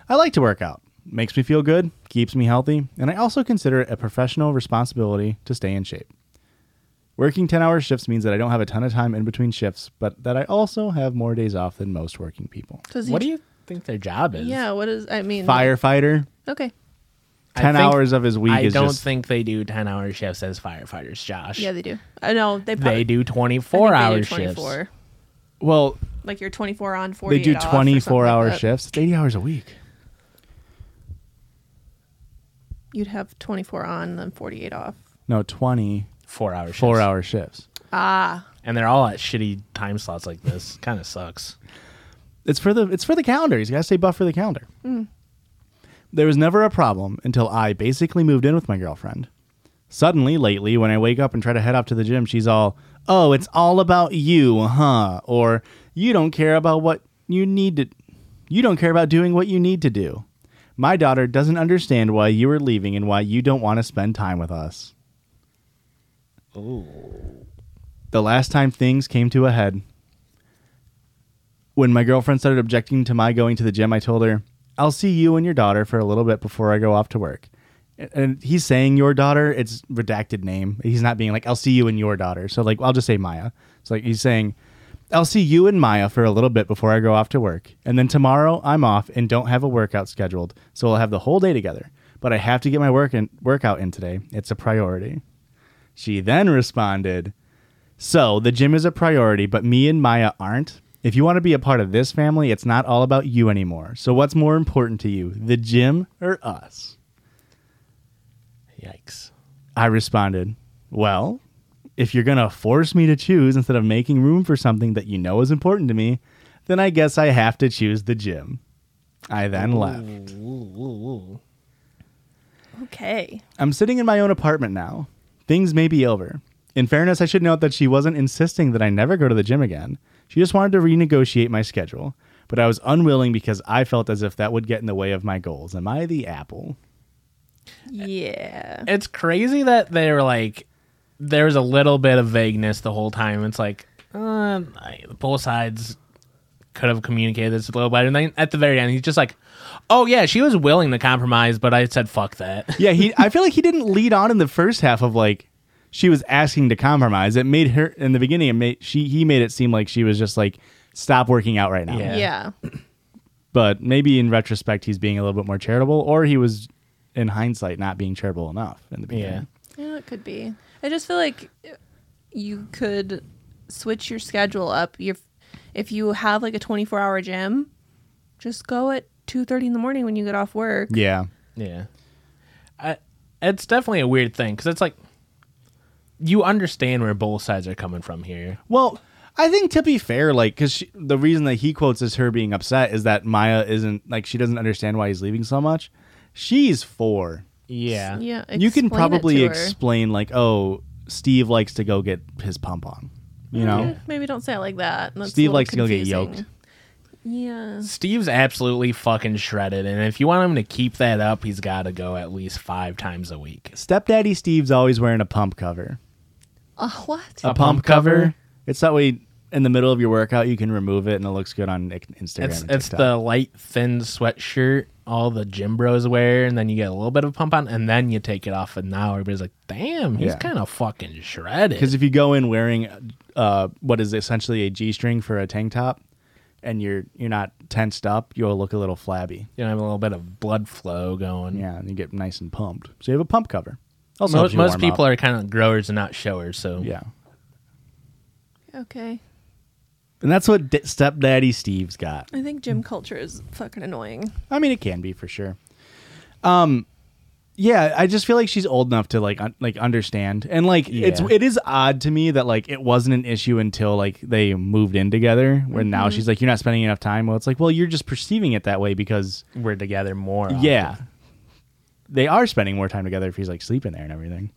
S1: I like to work out. Makes me feel good, keeps me healthy, and I also consider it a professional responsibility to stay in shape. Working 10-hour shifts means that I don't have a ton of time in between shifts, but that I also have more days off than most working people.
S2: Does he-
S3: What do you think their job is?
S2: Yeah. What is? I mean.
S1: Firefighter,
S2: Okay.
S1: 10
S3: I think-
S1: hours of his week
S3: I
S1: is
S3: don't
S1: just
S3: think they do 10 hour shifts as firefighters, Josh.
S2: Yeah, they do. I know they. Probably,
S3: they do
S2: I think
S3: 24 hour
S2: they do
S3: shifts.
S2: 24.
S1: well
S2: Like you're 24 on 40.
S1: they do 24 hour shifts it's 80 hours a week
S2: You'd have 24 on, then 48 off.
S1: no 20
S3: Four hour shifts.
S1: 4 hour shifts
S3: And they're all at shitty time slots like this. kind of sucks.
S1: it's for the it's for the calendar he's got to stay buff for the calendar there was never a problem until i basically moved in with my girlfriend suddenly lately when i wake up and try to head off to the gym she's all oh it's all about you huh or you don't care about what you need to you don't care about doing what you need to do my daughter doesn't understand why you are leaving and why you don't want to spend time with us the last time things came to a head when my girlfriend started objecting to my going to the gym, I told her, I'll see you and your daughter for a little bit before I go off to work. And- And he's saying your daughter, it's redacted name. He's not being like, I'll see you and your daughter. So, like, I'll just say Maya. So, like, he's saying, I'll see you and Maya for a little bit before I go off to work. And then tomorrow I'm off and don't have a workout scheduled. So, I'll have the whole day together. But I have to get my work in, workout in today. It's a priority. She then responded, so the gym is a priority, but me and Maya aren't. If you want to be a part of this family, it's not all about you anymore. So what's more important to you, the gym or us?
S3: Yikes.
S1: I responded, Well, if you're going to force me to choose instead of making room for something that you know is important to me, then I guess I have to choose the gym. I then left.
S2: Okay.
S1: I'm sitting in my own apartment now. Things may be over. In fairness, I should note that she wasn't insisting that I never go to the gym again. She just wanted to renegotiate my schedule, but I was unwilling because I felt as if that would get in the way of my goals. Am I the apple?
S2: Yeah.
S3: It's crazy that they were like, there was a little bit of vagueness the whole time. It's like, uh, I- both sides could have communicated this a little better. And then at the very end, he's just like, oh, yeah, she was willing to compromise, but I said, fuck that.
S1: Yeah, he I feel like he didn't lead on in the first half of like she was asking to compromise. It made her in the beginning. It made she he made it seem like she was just like stop working out right now.
S3: Yeah.
S2: yeah.
S1: But maybe in retrospect, he's being a little bit more charitable, or he was in hindsight not being charitable enough in the beginning.
S3: Yeah.
S2: Yeah, it could be. I just feel like you could switch your schedule up. If if you have like a 24 hour gym, just go at 2:30 in the morning when you get off work.
S1: Yeah.
S3: Yeah. I, it's definitely a weird thing because it's like you understand where both sides are coming from here.
S1: Well, I think to be fair, like, because the reason that he quotes as her being upset is that Maya isn't like she doesn't understand why he's leaving so much. She's four.
S3: Yeah.
S2: Yeah,
S1: you can
S2: explain it
S1: probably
S2: to her.
S1: explain like, oh, Steve likes to go get his pump on. You know,
S2: Eh, Maybe don't say it like that. That's a
S1: Steve
S2: little
S1: likes to go get
S2: confusing.
S1: yoked.
S2: Yeah.
S3: Steve's absolutely fucking shredded, and if you want him to keep that up, he's got to go at least five times a week.
S1: stepdaddy Steve's always wearing a pump cover.
S2: Uh, what?
S3: A pump cover?
S1: It's that way in the middle of your workout you can remove it and it looks good on I- Instagram.
S3: It's
S1: and
S3: it's
S1: TikTok.
S3: the light thin sweatshirt all the gym bros wear, and then you get a little bit of pump on, and then you take it off, and now everybody's like, "Damn, he's
S1: Yeah.
S3: kind of fucking shredded."
S1: Because if you go in wearing uh, what is essentially a G string for a tank top, and you're you're not tensed up, you'll look a little flabby.
S3: you know, have a little bit of blood flow going.
S1: Yeah, and you get nice and pumped. So you have a pump cover. Also,
S3: Most, most people are kind of growers and not showers, so
S1: Yeah,
S2: Okay.
S1: and that's what D- stepdaddy Steve's got.
S2: I think gym culture is fucking annoying.
S1: I mean, it can be for sure. Um, yeah, I just feel like she's old enough to like un- like understand, and like it's
S3: Yeah.
S1: it is odd to me that like it wasn't an issue until like they moved in together. Where now
S3: Mm-hmm.
S1: she's like, you're not spending enough time. Well, it's like, well, you're just perceiving it that way because
S3: we're together more. often.
S1: yeah, they are spending more time together if he's like sleeping there and everything.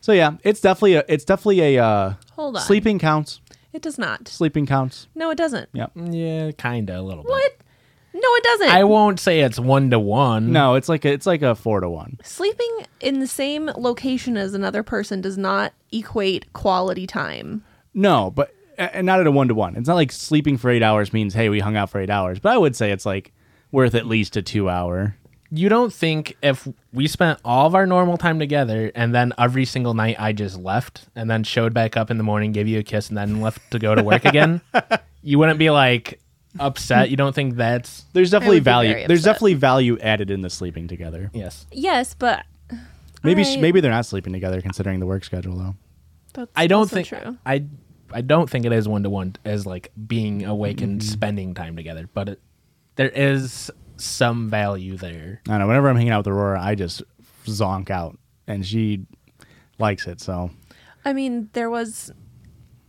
S1: So yeah, it's definitely a it's definitely a uh,
S2: Hold on.
S1: sleeping counts.
S2: It does not.
S1: Sleeping counts.
S2: No, it doesn't.
S1: Yeah.
S3: yeah, kind of a little
S2: What?
S3: bit.
S2: No, it doesn't.
S3: I won't say it's one to one.
S1: No, it's like a, it's like a four to one.
S2: Sleeping in the same location as another person does not equate quality time.
S1: No, but and not at a one to one. It's not like sleeping for eight hours means hey we hung out for eight hours. But I would say it's like worth at least a two hour.
S3: you don't think if we spent all of our normal time together and then every single night I just left and then showed back up in the morning, gave you a kiss, and then left to go to work again, you wouldn't be like upset. You don't think that's
S1: There's definitely
S2: would be
S1: value.
S2: very
S1: There's
S2: upset.
S1: definitely value added in the sleeping together.
S3: yes.
S2: Yes, but
S1: Maybe
S2: Alright.
S1: maybe they're not sleeping together considering the work schedule though.
S2: that's
S3: I don't
S2: also
S3: think
S2: true.
S3: I I don't think it is one to one as like being awake and spending time together, but it, there is some value there.
S1: I don't know. Whenever I'm hanging out with Aurora, I just zonk out, and she likes it. So
S2: I mean, there was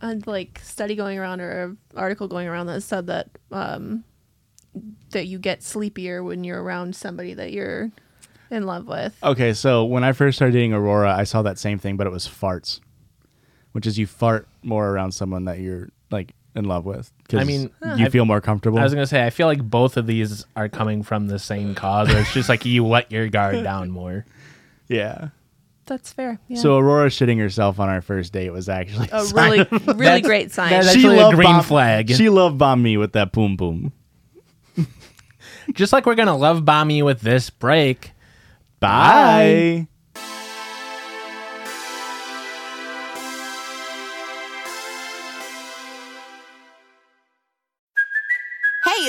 S2: a like study going around or an article going around that said that um, that you get sleepier when you're around somebody that you're in love with.
S1: okay. So when I first started dating Aurora, I saw that same thing, but it was farts, which is you fart more around someone that you're like in love with. 'cause
S3: I mean,
S1: you
S3: I've-
S1: feel more comfortable.
S3: I was gonna say I feel like both of these are coming from the same cause. Where it's just like you let your guard down more.
S1: yeah.
S2: That's fair. Yeah.
S1: So Aurora shitting herself on our first date was actually
S2: a really really great sign.
S3: that's- actually a green flag.
S1: She love bombed me with that boom boom.
S3: Just like we're gonna love bomb you with this break.
S1: Bye.
S5: Hey,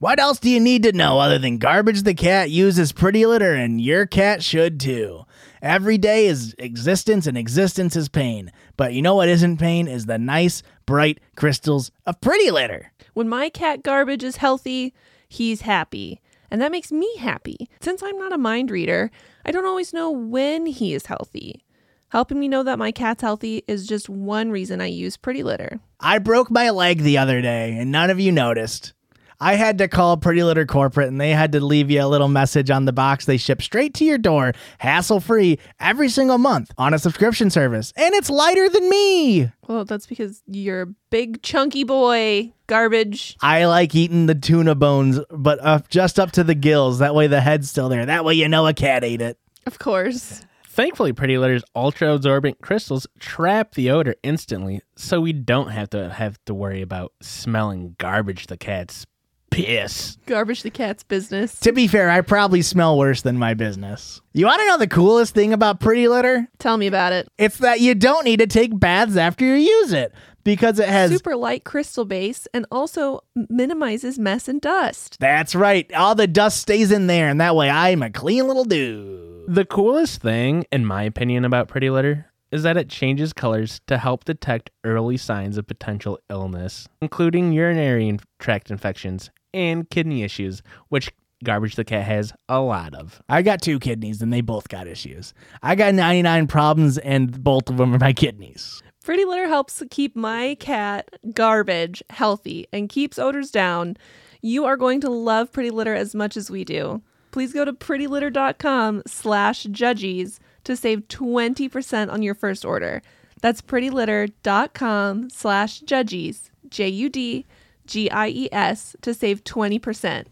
S1: What else do you need to know other than garbage the cat uses pretty litter and your cat should too? Every day is existence and existence is pain. But you know what isn't pain is the nice, bright crystals of pretty litter.
S2: when my cat garbage is healthy, he's happy. And that makes me happy. Since I'm not a mind reader, I don't always know when he is healthy. Helping me know that my cat's healthy is just one reason I use Pretty Litter.
S1: I broke my leg the other day and none of you noticed. I had to call Pretty Litter Corporate and they had to leave you a little message on the box they ship straight to your door, hassle free, every single month on a subscription service. And it's lighter than me.
S2: Well, that's because you're a big chunky boy. Garbage.
S1: I like eating the tuna bones, but up, just up to the gills. That way the head's still there. That way you know a cat ate it.
S2: Of course.
S3: Thankfully, Pretty Litter's ultra absorbent crystals trap the odor instantly, so we don't have to have to worry about smelling garbage the cat's piss.
S2: Garbage the cat's business.
S1: To be fair, I probably smell worse than my business. You want to know the coolest thing about Pretty Litter?
S2: Tell me about it.
S1: It's that you don't need to take baths after you use it because it has.
S2: Super light crystal base and also minimizes mess and dust.
S1: That's right. All the dust stays in there, and that way I'm a clean little dude.
S3: The coolest thing, in my opinion, about Pretty Litter is that it changes colors to help detect early signs of potential illness, including urinary in- tract infections and kidney issues, which garbage the cat has a lot of.
S1: I got two kidneys, and they both got issues. I got 99 problems, and both of them are my kidneys.
S2: Pretty litter helps keep my cat garbage healthy and keeps odors down. You are going to love Pretty Litter as much as we do. Please go to prettylitter.com slash judgies to save 20% on your first order. That's prettylitter.com slash judgies, J U D G I E S, to save 20%.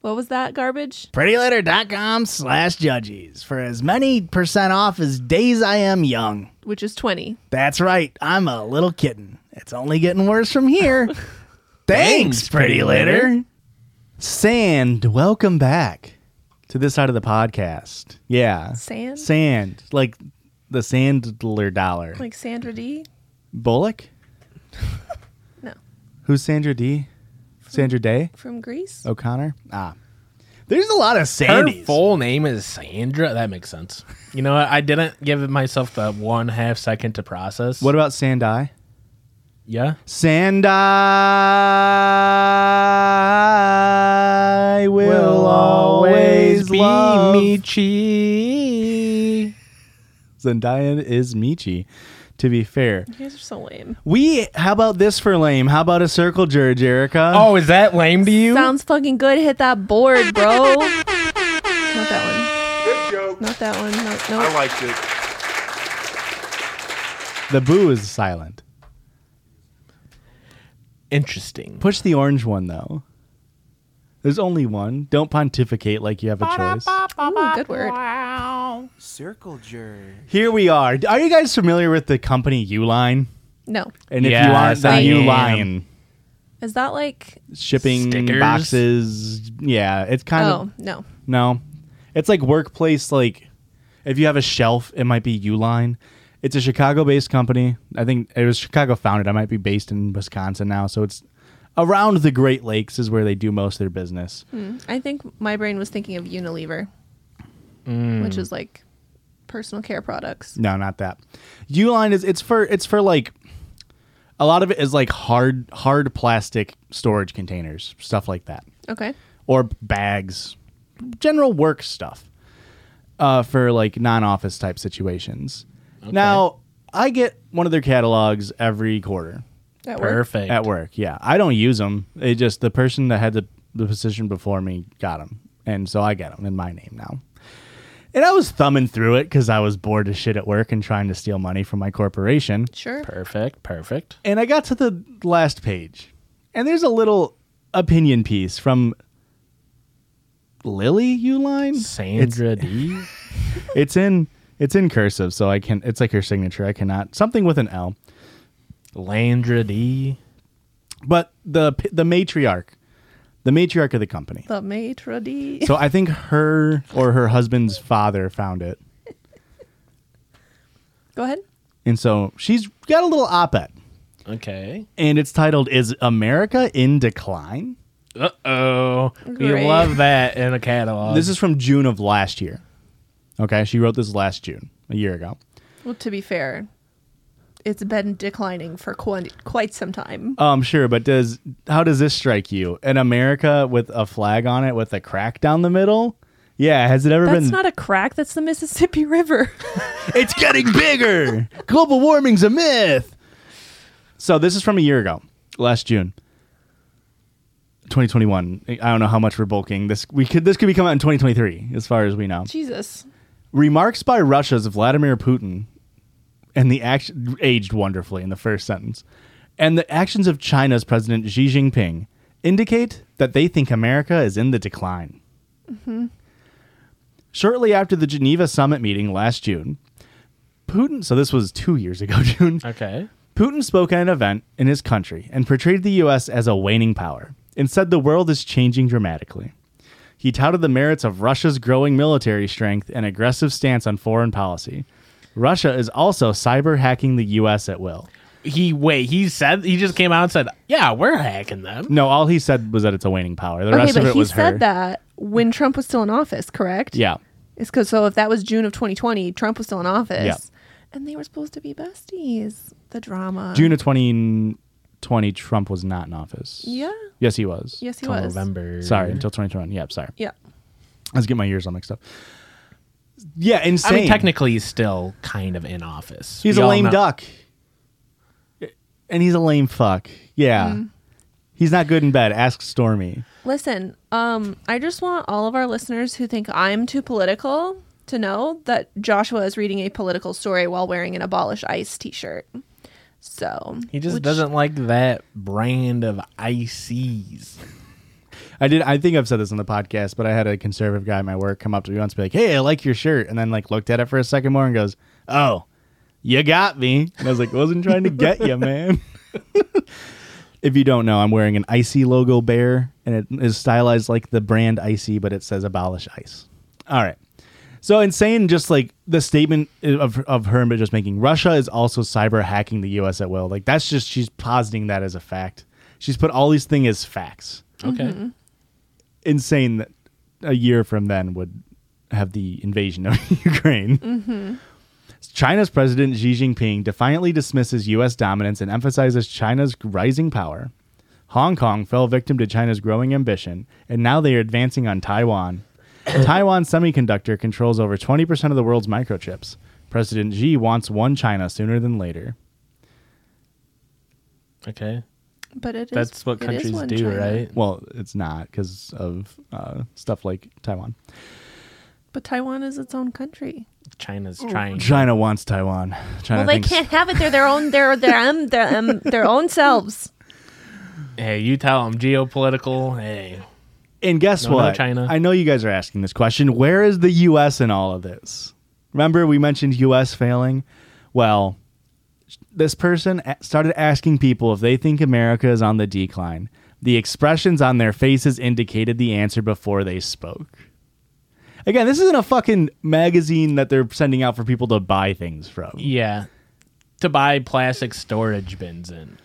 S2: What was that garbage?
S1: PrettyLitter.com slash judges for as many percent off as days I am young.
S2: Which is 20.
S1: That's right. I'm a little kitten. It's only getting worse from here. Thanks, Pretty Litter. Sand, welcome back to this side of the podcast. Yeah.
S2: Sand?
S1: Sand. Like the Sandler dollar.
S2: Like Sandra D?
S1: Bullock?
S2: No.
S1: Who's Sandra D? Sandra Day?
S2: From Greece?
S1: O'Connor? Ah. There's a lot of
S3: Her
S1: Sandys.
S3: full name is Sandra. That makes sense. You know, what? I didn't give myself the one half second to process.
S1: What about Sandai?
S3: Yeah.
S1: Sandai will, always be me.
S2: Uh,
S3: Michi.
S1: Zendaya is Michi. To be fair,
S2: You guys are so lame.
S1: we how about this for lame? How about a circle jerk, Erica?
S3: Oh, is that lame to you?
S2: Sounds fucking good. Hit that board, bro. Not that
S4: Good joke.
S2: one. Not that one. No, no.
S4: I liked it.
S1: the boo is silent.
S3: Interesting.
S1: Push the orange one though. There's only one. Don't pontificate like you have a choice.
S2: Ooh, good word.
S6: Circle jerk.
S1: Here we are. Are you guys familiar with the company Uline?
S2: No.
S1: And if you
S3: Yes,
S1: aren't,
S3: I
S1: then
S3: am.
S1: Uline.
S2: Is that like?
S1: shipping
S3: Stickers.
S1: boxes. Yeah, it's kind
S2: Oh
S1: of
S2: no.
S1: no. It's like workplace. Like if you have a shelf, it might be Uline. It's a Chicago-based company. I think it was Chicago founded. I might be based in Wisconsin now, so it's around the Great Lakes is where they do most of their business.
S2: I think my brain was thinking of Unilever,
S1: Mm.
S2: which is like personal care products.
S1: No, not that. Uline is it's for it's for like a lot of it is like hard hard plastic storage containers, stuff like that.
S2: Okay.
S1: or bags, general work stuff uh, for like non office type situations. Now, I get one of their catalogs every quarter
S2: That worked.
S3: Perfect.
S1: at work. Yeah, I don't use them. It just the person that had the, the position before me got them, and so I got them in my name now. And I was thumbing through it because I was bored as shit at work and trying to steal money from my corporation.
S2: Sure.
S3: Perfect. Perfect.
S1: And I got to the last page, and there's a little opinion piece from Lily Uline.
S3: Sandra D.
S1: It's in it's in cursive, so I can. It's like her signature. I cannot something with an L.
S3: Landra D.
S1: But the p- the matriarch, the matriarch of the company.
S2: The maitre d.
S1: So I think her or her husband's father found it,
S2: Go ahead.
S1: and so she's got a little op-ed,
S3: Okay.
S1: and it's titled "Is America in Decline."
S3: Uh oh. You
S2: Great.
S3: love that in a catalog.
S1: This is from June of last year. Okay, she wrote this last June, a year ago.
S2: Well, to be fair, it's been declining for quite quite some time.
S1: Um, sure, but does how does this strike you? An America with a flag on it with a crack down the middle? Yeah, has it ever
S2: That's
S1: been?
S2: not a crack. That's the Mississippi River.
S1: it's getting bigger. Global warming's a myth. So this is from a year ago, last June. 2021. I don't know how much we're bulking. This we could this could be coming out in 2023, as far as we know.
S2: Jesus.
S1: Remarks by Russia's Vladimir Putin and the action aged wonderfully in the first sentence. And the actions of China's President Xi Jinping indicate that they think America is in the decline. Shortly after the Geneva summit meeting last June, Putin, so this was two years ago, June,
S3: Okay.
S1: Putin spoke at an event in his country and portrayed the U.S. as a waning power and said the world is changing dramatically. He touted the merits of Russia's growing military strength and aggressive stance on foreign policy. Russia is also cyber hacking the U.S. at will.
S3: He wait. He said he just came out and said, "Yeah, we're hacking them."
S1: No, all he said was that it's a waning power. The
S2: Okay,
S1: rest of
S2: but
S1: it
S2: he
S1: was
S2: said
S1: her.
S2: that when Trump was still in office, correct?
S1: Yeah.
S2: It's because so if that was June of 2020, Trump was still in office,
S1: Yeah.
S2: and they were supposed to be besties. The drama.
S1: June of 2020, Trump was not in office.
S2: Yeah.
S1: Yes, he was.
S2: Yes, he
S3: Till
S2: was.
S3: November.
S1: Sorry, until 2021. Yeah, sorry.
S2: Yeah.
S1: I was getting my years all mixed up. Yeah,
S3: I
S1: insane.
S3: mean, technically, he's still kind of in office.
S1: He's
S3: We
S1: a
S3: all
S1: lame
S3: know-
S1: duck. And he's a lame fuck. Yeah. He's not good in bed. Ask Stormy.
S2: Listen, um, I just want all of our listeners who think I'm too political to know that Joshua is reading a political story while wearing an abolish ICE T-shirt. So
S3: He just
S2: which-
S3: doesn't like that brand of ICs.
S1: I did I think I've said this on the podcast, but I had a conservative guy at my work come up to me once and be like, Hey, I like your shirt and then like looked at it for a second more and goes, Oh, you got me. And I was like, wasn't trying to get you, man. if you don't know, I'm wearing an icy logo bear and it is stylized like the brand icy, but it says abolish ice. All right. So insane, just like the statement of of her, but just making Russia is also cyber hacking the U.S. at will. Like that's just she's positing that as a fact. She's put all these things as facts.
S3: Okay.
S1: Insane that a year from then would have the invasion of Ukraine.
S2: Mm-hmm.
S1: China's President Xi Jinping defiantly dismisses U.S. dominance and emphasizes China's rising power. Hong Kong fell victim to China's growing ambition, and now they are advancing on Taiwan. Taiwan Semiconductor controls over 20% of the world's microchips. President Xi wants one China sooner than later.
S3: Okay.
S2: But it is.
S3: That's what
S2: it is
S3: countries
S2: one
S3: do,
S2: China.
S3: right?
S1: Well, it's not because of uh, stuff like Taiwan.
S2: But Taiwan is its own country.
S3: China's trying.
S1: China wants Taiwan. China
S2: Well, they
S1: thinks-
S2: can't have it. They're their own. They're their um, their um, their own selves.
S3: Hey, you tell them geopolitical. Hey,
S1: And guess
S3: No, no,
S1: what?
S3: China.
S1: I know you guys are asking this question. Where is the U.S. in all of this? Remember, we mentioned U.S. failing? Well, this person a- started asking people if they think America is on the decline. The expressions on their faces indicated the answer before they spoke. Again, this isn't a fucking magazine that they're sending out for people to buy things from.
S3: yeah, to buy plastic storage bins in.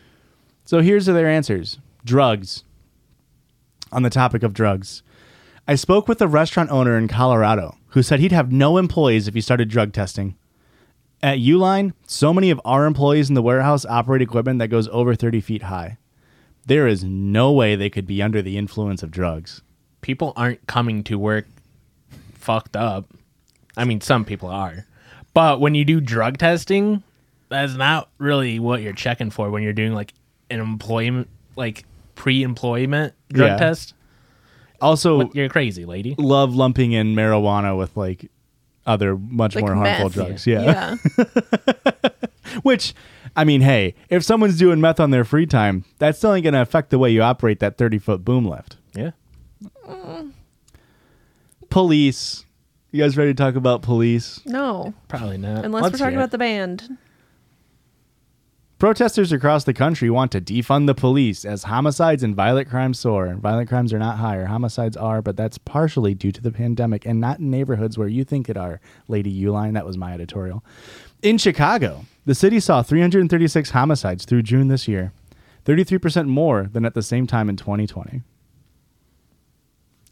S1: So here's their answers drugs. On the topic of drugs, I spoke with a restaurant owner in Colorado who said he'd have no employees if he started drug testing. At Uline, so many of our employees in the warehouse operate equipment that goes over 30 feet high. There is no way they could be under the influence of drugs.
S3: People aren't coming to work fucked up. I mean, some people are, but when you do drug testing, that's not really what you're checking for when you're doing like an employment, like pre-employment drug
S1: Yeah.
S3: test.
S1: Also,
S3: You're crazy, lady.
S1: love lumping in marijuana with like other much
S2: Like
S1: more harmful
S2: meth.
S1: drugs. yeah.
S2: Yeah.
S1: Which, I mean, hey, if someone's doing meth on their free time, that still ain't going to affect the way you operate that 30 foot boom lift.
S3: Yeah.
S1: Police. You guys ready to talk about police?
S2: No.
S3: Probably not.
S2: Unless
S3: Let's
S2: we're talking
S3: hear it.
S2: about the band.
S1: Protesters across the country want to defund the police as homicides and violent crimes soar. Violent crimes are not higher. Homicides are, but that's partially due to the pandemic and not in neighborhoods where you think it are. Lady Uline, that was my editorial. In Chicago, the city saw 336 homicides through June this year, 33% more than at the same time in 2020.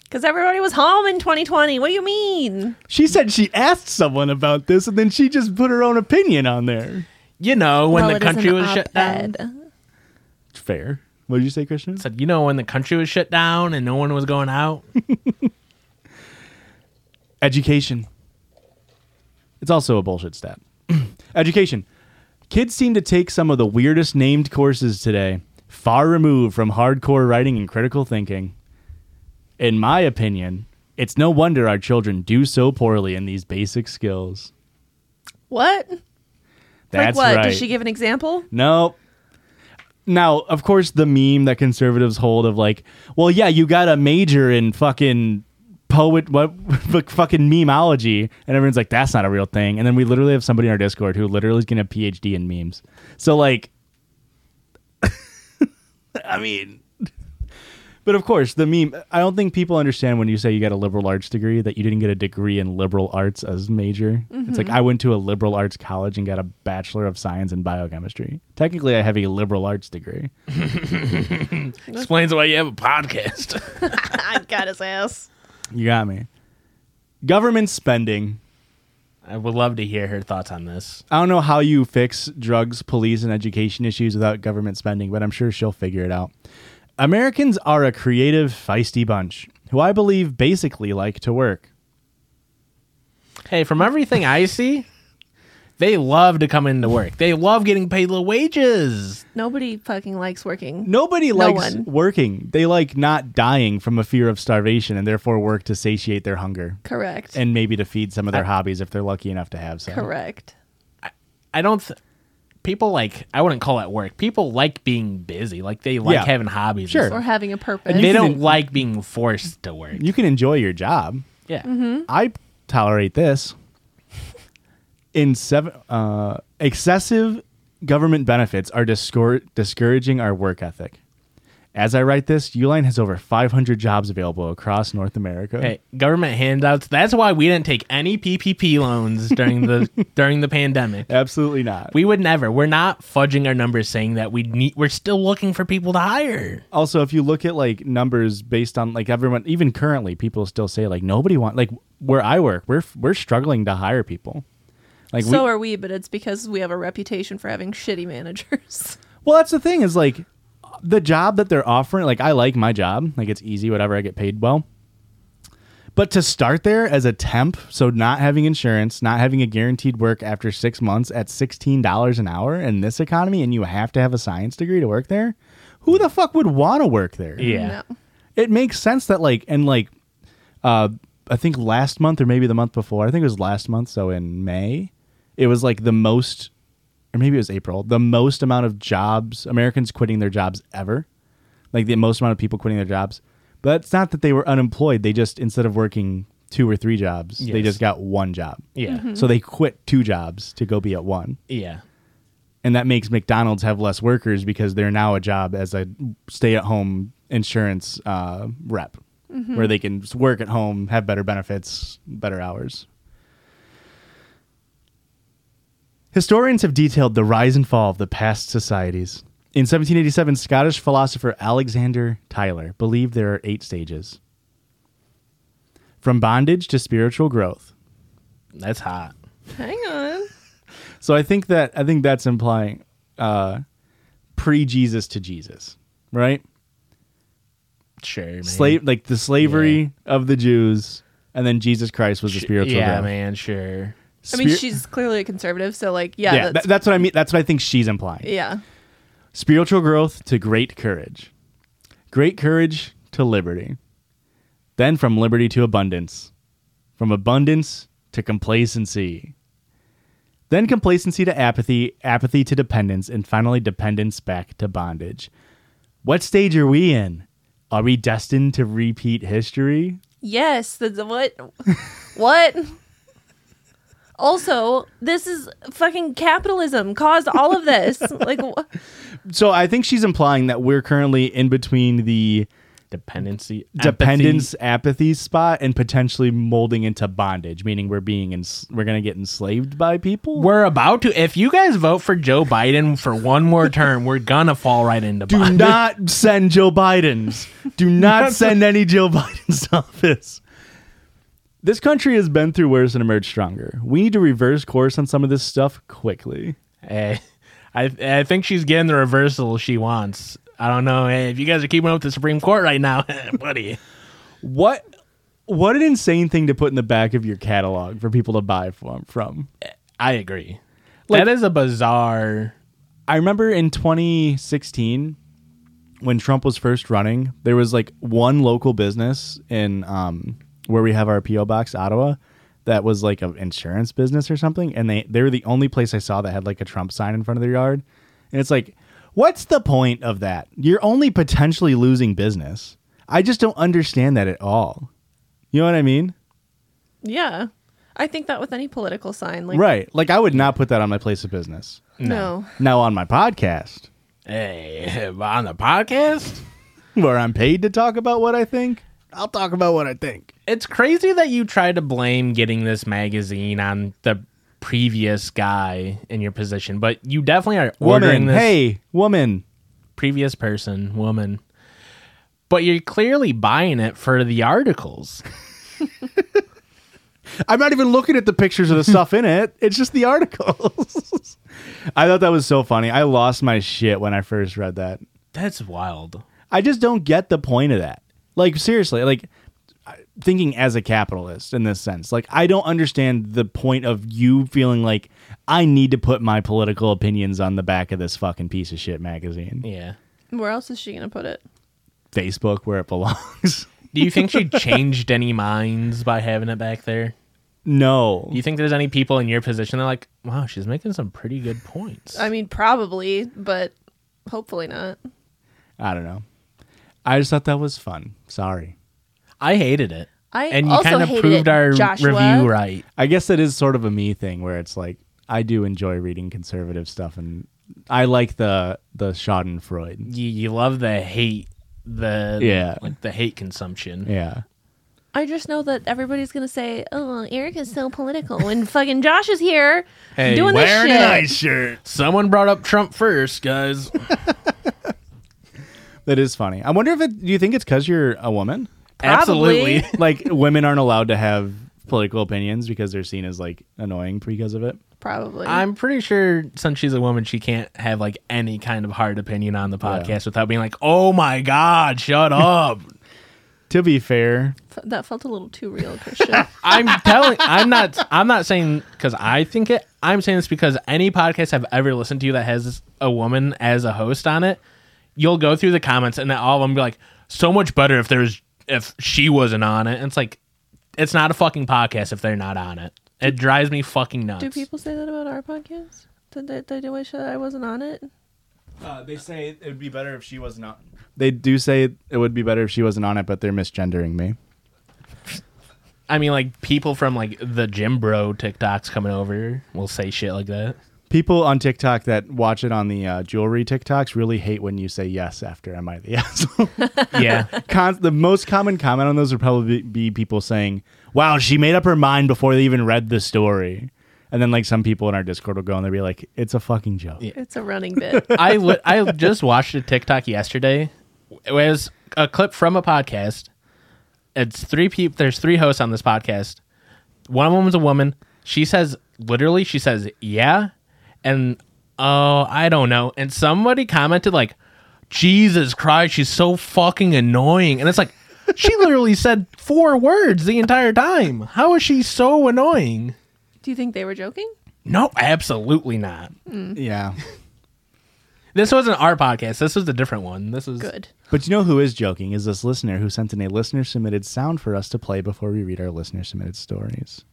S2: Because everybody was home in 2020. What do you mean?
S1: She said she asked someone about this, and then she just put her own opinion on there.
S3: you know when
S2: Well,
S3: the
S2: it is an
S3: country was shut down.
S2: op-ed.
S1: Fair. What did you say, Christian?
S3: said, you know, when the country was shut down and no one was going out.
S1: Education. It's also a bullshit stat. Education. Kids seem to take some of the weirdest named courses today. far removed from hardcore writing and critical thinking. In my opinion, it's no wonder our children do so poorly in these basic skills.
S2: What?
S1: That's
S2: like what?
S1: right.
S2: Does she give an example?
S1: Nope. Now, of course, the meme that conservatives hold of like, well, yeah, you got to major in fucking poet, what, fucking memeology, and everyone's like, that's not a real thing. And then we literally have somebody in our Discord who literally is getting a PhD in memes. So, like, I mean, but of course, the meme. I don't think people understand when you say you got a liberal arts degree that you didn't get a degree in liberal arts as major. It's like I went to a liberal arts college and got a bachelor of science in biochemistry. Technically, I have a liberal arts degree.
S3: Explains why you have a podcast.
S2: I got his ass.
S1: You got me. Government spending.
S3: I would love to hear her thoughts on this.
S1: I don't know how you fix drugs, police, and education issues without government spending, but I'm sure she'll figure it out. Americans are a creative, feisty bunch who I believe basically like to work.
S3: Hey, from everything I see, they love to come into work. They love getting paid low wages.
S2: Nobody fucking likes working.
S1: Nobody
S2: No
S1: likes
S2: one.
S1: working. They like not dying from a fear of starvation and therefore work to satiate their hunger
S2: Correct.
S1: and maybe to feed some of their hobbies if they're lucky enough to have some.
S2: Uh, Correct.
S3: I don't. Th- people like I wouldn't call it work. People like being busy. Like they like
S1: Yeah.
S3: having hobbies. and
S1: Sure.
S3: stuff.
S2: Or having a purpose.
S3: They don't like being forced to work.
S1: You can enjoy your job.
S3: Yeah.
S2: Hmm?
S1: I tolerate this. In seven, uh, excessive government benefits are discour- discouraging our work ethic. As I write this, Uline has over 500 jobs available across North America.
S3: Hey, government handouts. That's why we didn't take any PPP loans during the during the pandemic.
S1: Absolutely not.
S3: We would never. We're not fudging our numbers, saying that we need. We're still looking for people to hire.
S1: also if you look at like numbers based on like everyone even currently people still say like nobody want like where i work we're we're struggling to hire people like
S2: So
S1: we,
S2: are we, but it's because we have a reputation for having shitty managers.
S1: well that's the thing is like the job that they're offering like i like my job like it's easy whatever i get paid well but to start there as a temp so not having insurance not having a guaranteed work after six months at $16 an hour in this economy and you have to have a science degree to work there who the fuck would want to work there
S3: Yeah.
S2: No.
S1: it makes sense that like and like uh i think last month or maybe the month before i think it was last month so in may it was like the most or maybe it was april the most amount of jobs americans quitting their jobs ever like the most amount of people quitting their jobs but it's not that they were unemployed they just instead of working two or three jobs they
S3: Yes.
S1: just got one job
S3: Yeah.
S1: so they quit two jobs to go be at one
S3: Yeah.
S1: and that makes McDonald's have less workers because they're now a job as a stay-at-home insurance uh, representative where they can s- work at home, have better benefits, better hours. Historians have detailed the rise and fall of the past societies. In 1787, Scottish philosopher Alexander Tyler believed there are eight stages from bondage to spiritual growth.
S3: That's hot.
S2: Hang on.
S1: So I think that I think that's implying uh, pre Jesus to Jesus, right?
S3: Sure. Man.
S1: Slave like the slavery of the Jews, and then Jesus Christ was the spiritual.
S3: Yeah,
S1: growth.
S3: man. Sure.
S2: I mean,
S1: Spir-
S2: she's clearly a conservative, so like, yeah,
S1: yeah.
S2: that's,
S1: tha- that's what I mean. That's what I think she's implying.
S2: yeah.
S1: Spiritual growth to great courage, great courage to liberty, then from liberty to abundance, from abundance to complacency, then complacency to apathy, apathy to dependence, and finally dependence back to bondage. What stage are we in? Are we destined to repeat history?
S2: Yes, the, the what? what? Also, this is fucking capitalism caused all of this. like, wh-
S1: So I think she's implying that we're currently in between the
S3: Dependency.
S1: dependence apathy spot and potentially molding into bondage meaning we're being ens- we're gonna get enslaved by people
S3: We're about to. If you guys vote for Joe Biden for one more term, we're gonna fall right into.
S1: do
S3: bondage.
S1: not send joe biden's do not send any joe biden's to office this country has been through worse and emerged stronger we need to reverse course on some of this stuff quickly
S3: Hey, Eh, I I think she's getting the reversal she wants. I don't know. Hey, if you guys are keeping up with the Supreme Court right now, buddy.
S1: what what an insane thing to put in the back of your catalog for people to buy from from
S3: I agree.
S1: Like-
S3: that is a bizarre.
S1: I remember in 2016, when Trump was first running, there was like one local business in um, where we have our PO box, Ottawa, that was like an insurance business or something, and they they were the only place I saw that had like a Trump sign in front of their yard, and it's like, what's the point of that? You're only potentially losing business. I just don't understand that at all. You know what I mean?
S2: Yeah. I think that with any political sign, like
S1: right. Like I would not put that on my place of business.
S2: No.
S1: Now on my podcast,
S3: Hey, eh, on the podcast?
S1: where I'm paid to talk about what I think, I'll talk about what I think.
S3: It's crazy that you try to blame getting this magazine on the previous guy in your position, but you definitely are ordering
S1: Woman,
S3: this
S1: hey, woman.
S3: previous person, woman. But you're clearly buying it for the articles.
S1: I'm not even looking at the pictures of the stuff in it. It's just the articles. I thought that was so funny. I lost my shit when I first read that.
S3: That's wild.
S1: I just don't get the point of that. Like seriously, like I- thinking as a capitalist in this sense, like I don't understand the point of you feeling like I need to put my political opinions on the back of this fucking piece of shit magazine.
S3: Yeah.
S2: where else is she gonna put it?
S1: Facebook where it belongs.
S3: Do you think she changed any minds by having it back there?
S1: no.
S3: Do you think there's any people in your position that are like, wow, she's making some pretty good points?
S2: I mean, probably, but hopefully not.
S1: I don't know. I just thought that was fun. Sorry.
S3: I hated it.
S2: I
S3: and you
S2: also
S3: kind of
S2: hated
S3: proved
S2: it,
S3: our
S2: Joshua.
S3: review right.
S1: I guess that is sort of a me thing where it's like I do enjoy reading conservative stuff and I like the the Schadenfreude.
S3: You, you love the hate, the
S1: Yeah.
S3: like the hate consumption.
S1: Yeah.
S2: I just know that everybody's gonna say, "Oh, Erica's so political," when fucking Josh is here
S3: Hey,
S2: doing this
S3: wearing
S2: shit.
S3: a nice shirt. Someone brought up Trump first, guys.
S1: That is funny. I wonder if it do you think it's cuz you're a woman?
S3: Absolutely.
S2: Probably.
S1: like women aren't allowed to have political opinions because they're seen as like annoying because of it.
S2: Probably.
S3: I'm pretty sure since she's a woman, she can't have like any kind of hard opinion on the podcast without being like, "Oh my god, shut up."
S1: To be fair,
S2: F- that felt a little too real, Christian.
S3: I'm telling I'm not I'm not saying cuz I think it. I'm saying this because any podcast I've ever listened to that has a woman as a host on it, you'll go through the comments and all of them be like, "So much better if there's if she wasn't on it." And it's like it's not a fucking podcast if they're not on it. It drives me fucking nuts.
S2: do people say that about our podcast? Did they, did they wish that I wasn't on it?
S1: uh, they say it would be better if she was not. They do say it would be better if she wasn't on it, but they're misgendering me.
S3: I mean, like people from like the gym bro TikToks coming over will say shit like that.
S1: People on TikTok that watch it on the uh, jewelry TikToks really hate when you say yes after "Am I the asshole?"
S3: Yeah,
S1: Con- the most common comment on those would probably be people saying, "Wow, she made up her mind before they even read the story." And then like some people in our Discord will go and they'll be like, "It's a fucking joke."
S2: It's a running bit.
S3: I li- I just watched a TikTok yesterday. It was a clip from a podcast. It's three people. There's three hosts on this podcast. One of them is a woman. She says literally, she says yeah, and oh, I don't know. And somebody commented like, Jesus Christ, she's so fucking annoying. And it's like, she literally said four words the entire time. How is she so annoying?
S2: do you think they were joking?
S3: No, absolutely not.
S1: Yeah.
S3: This wasn't our podcast. This was a different one. This is
S2: Good.
S1: But you know who is joking is this listener who sent in a listener submitted sound for us to play before we read our listener submitted stories.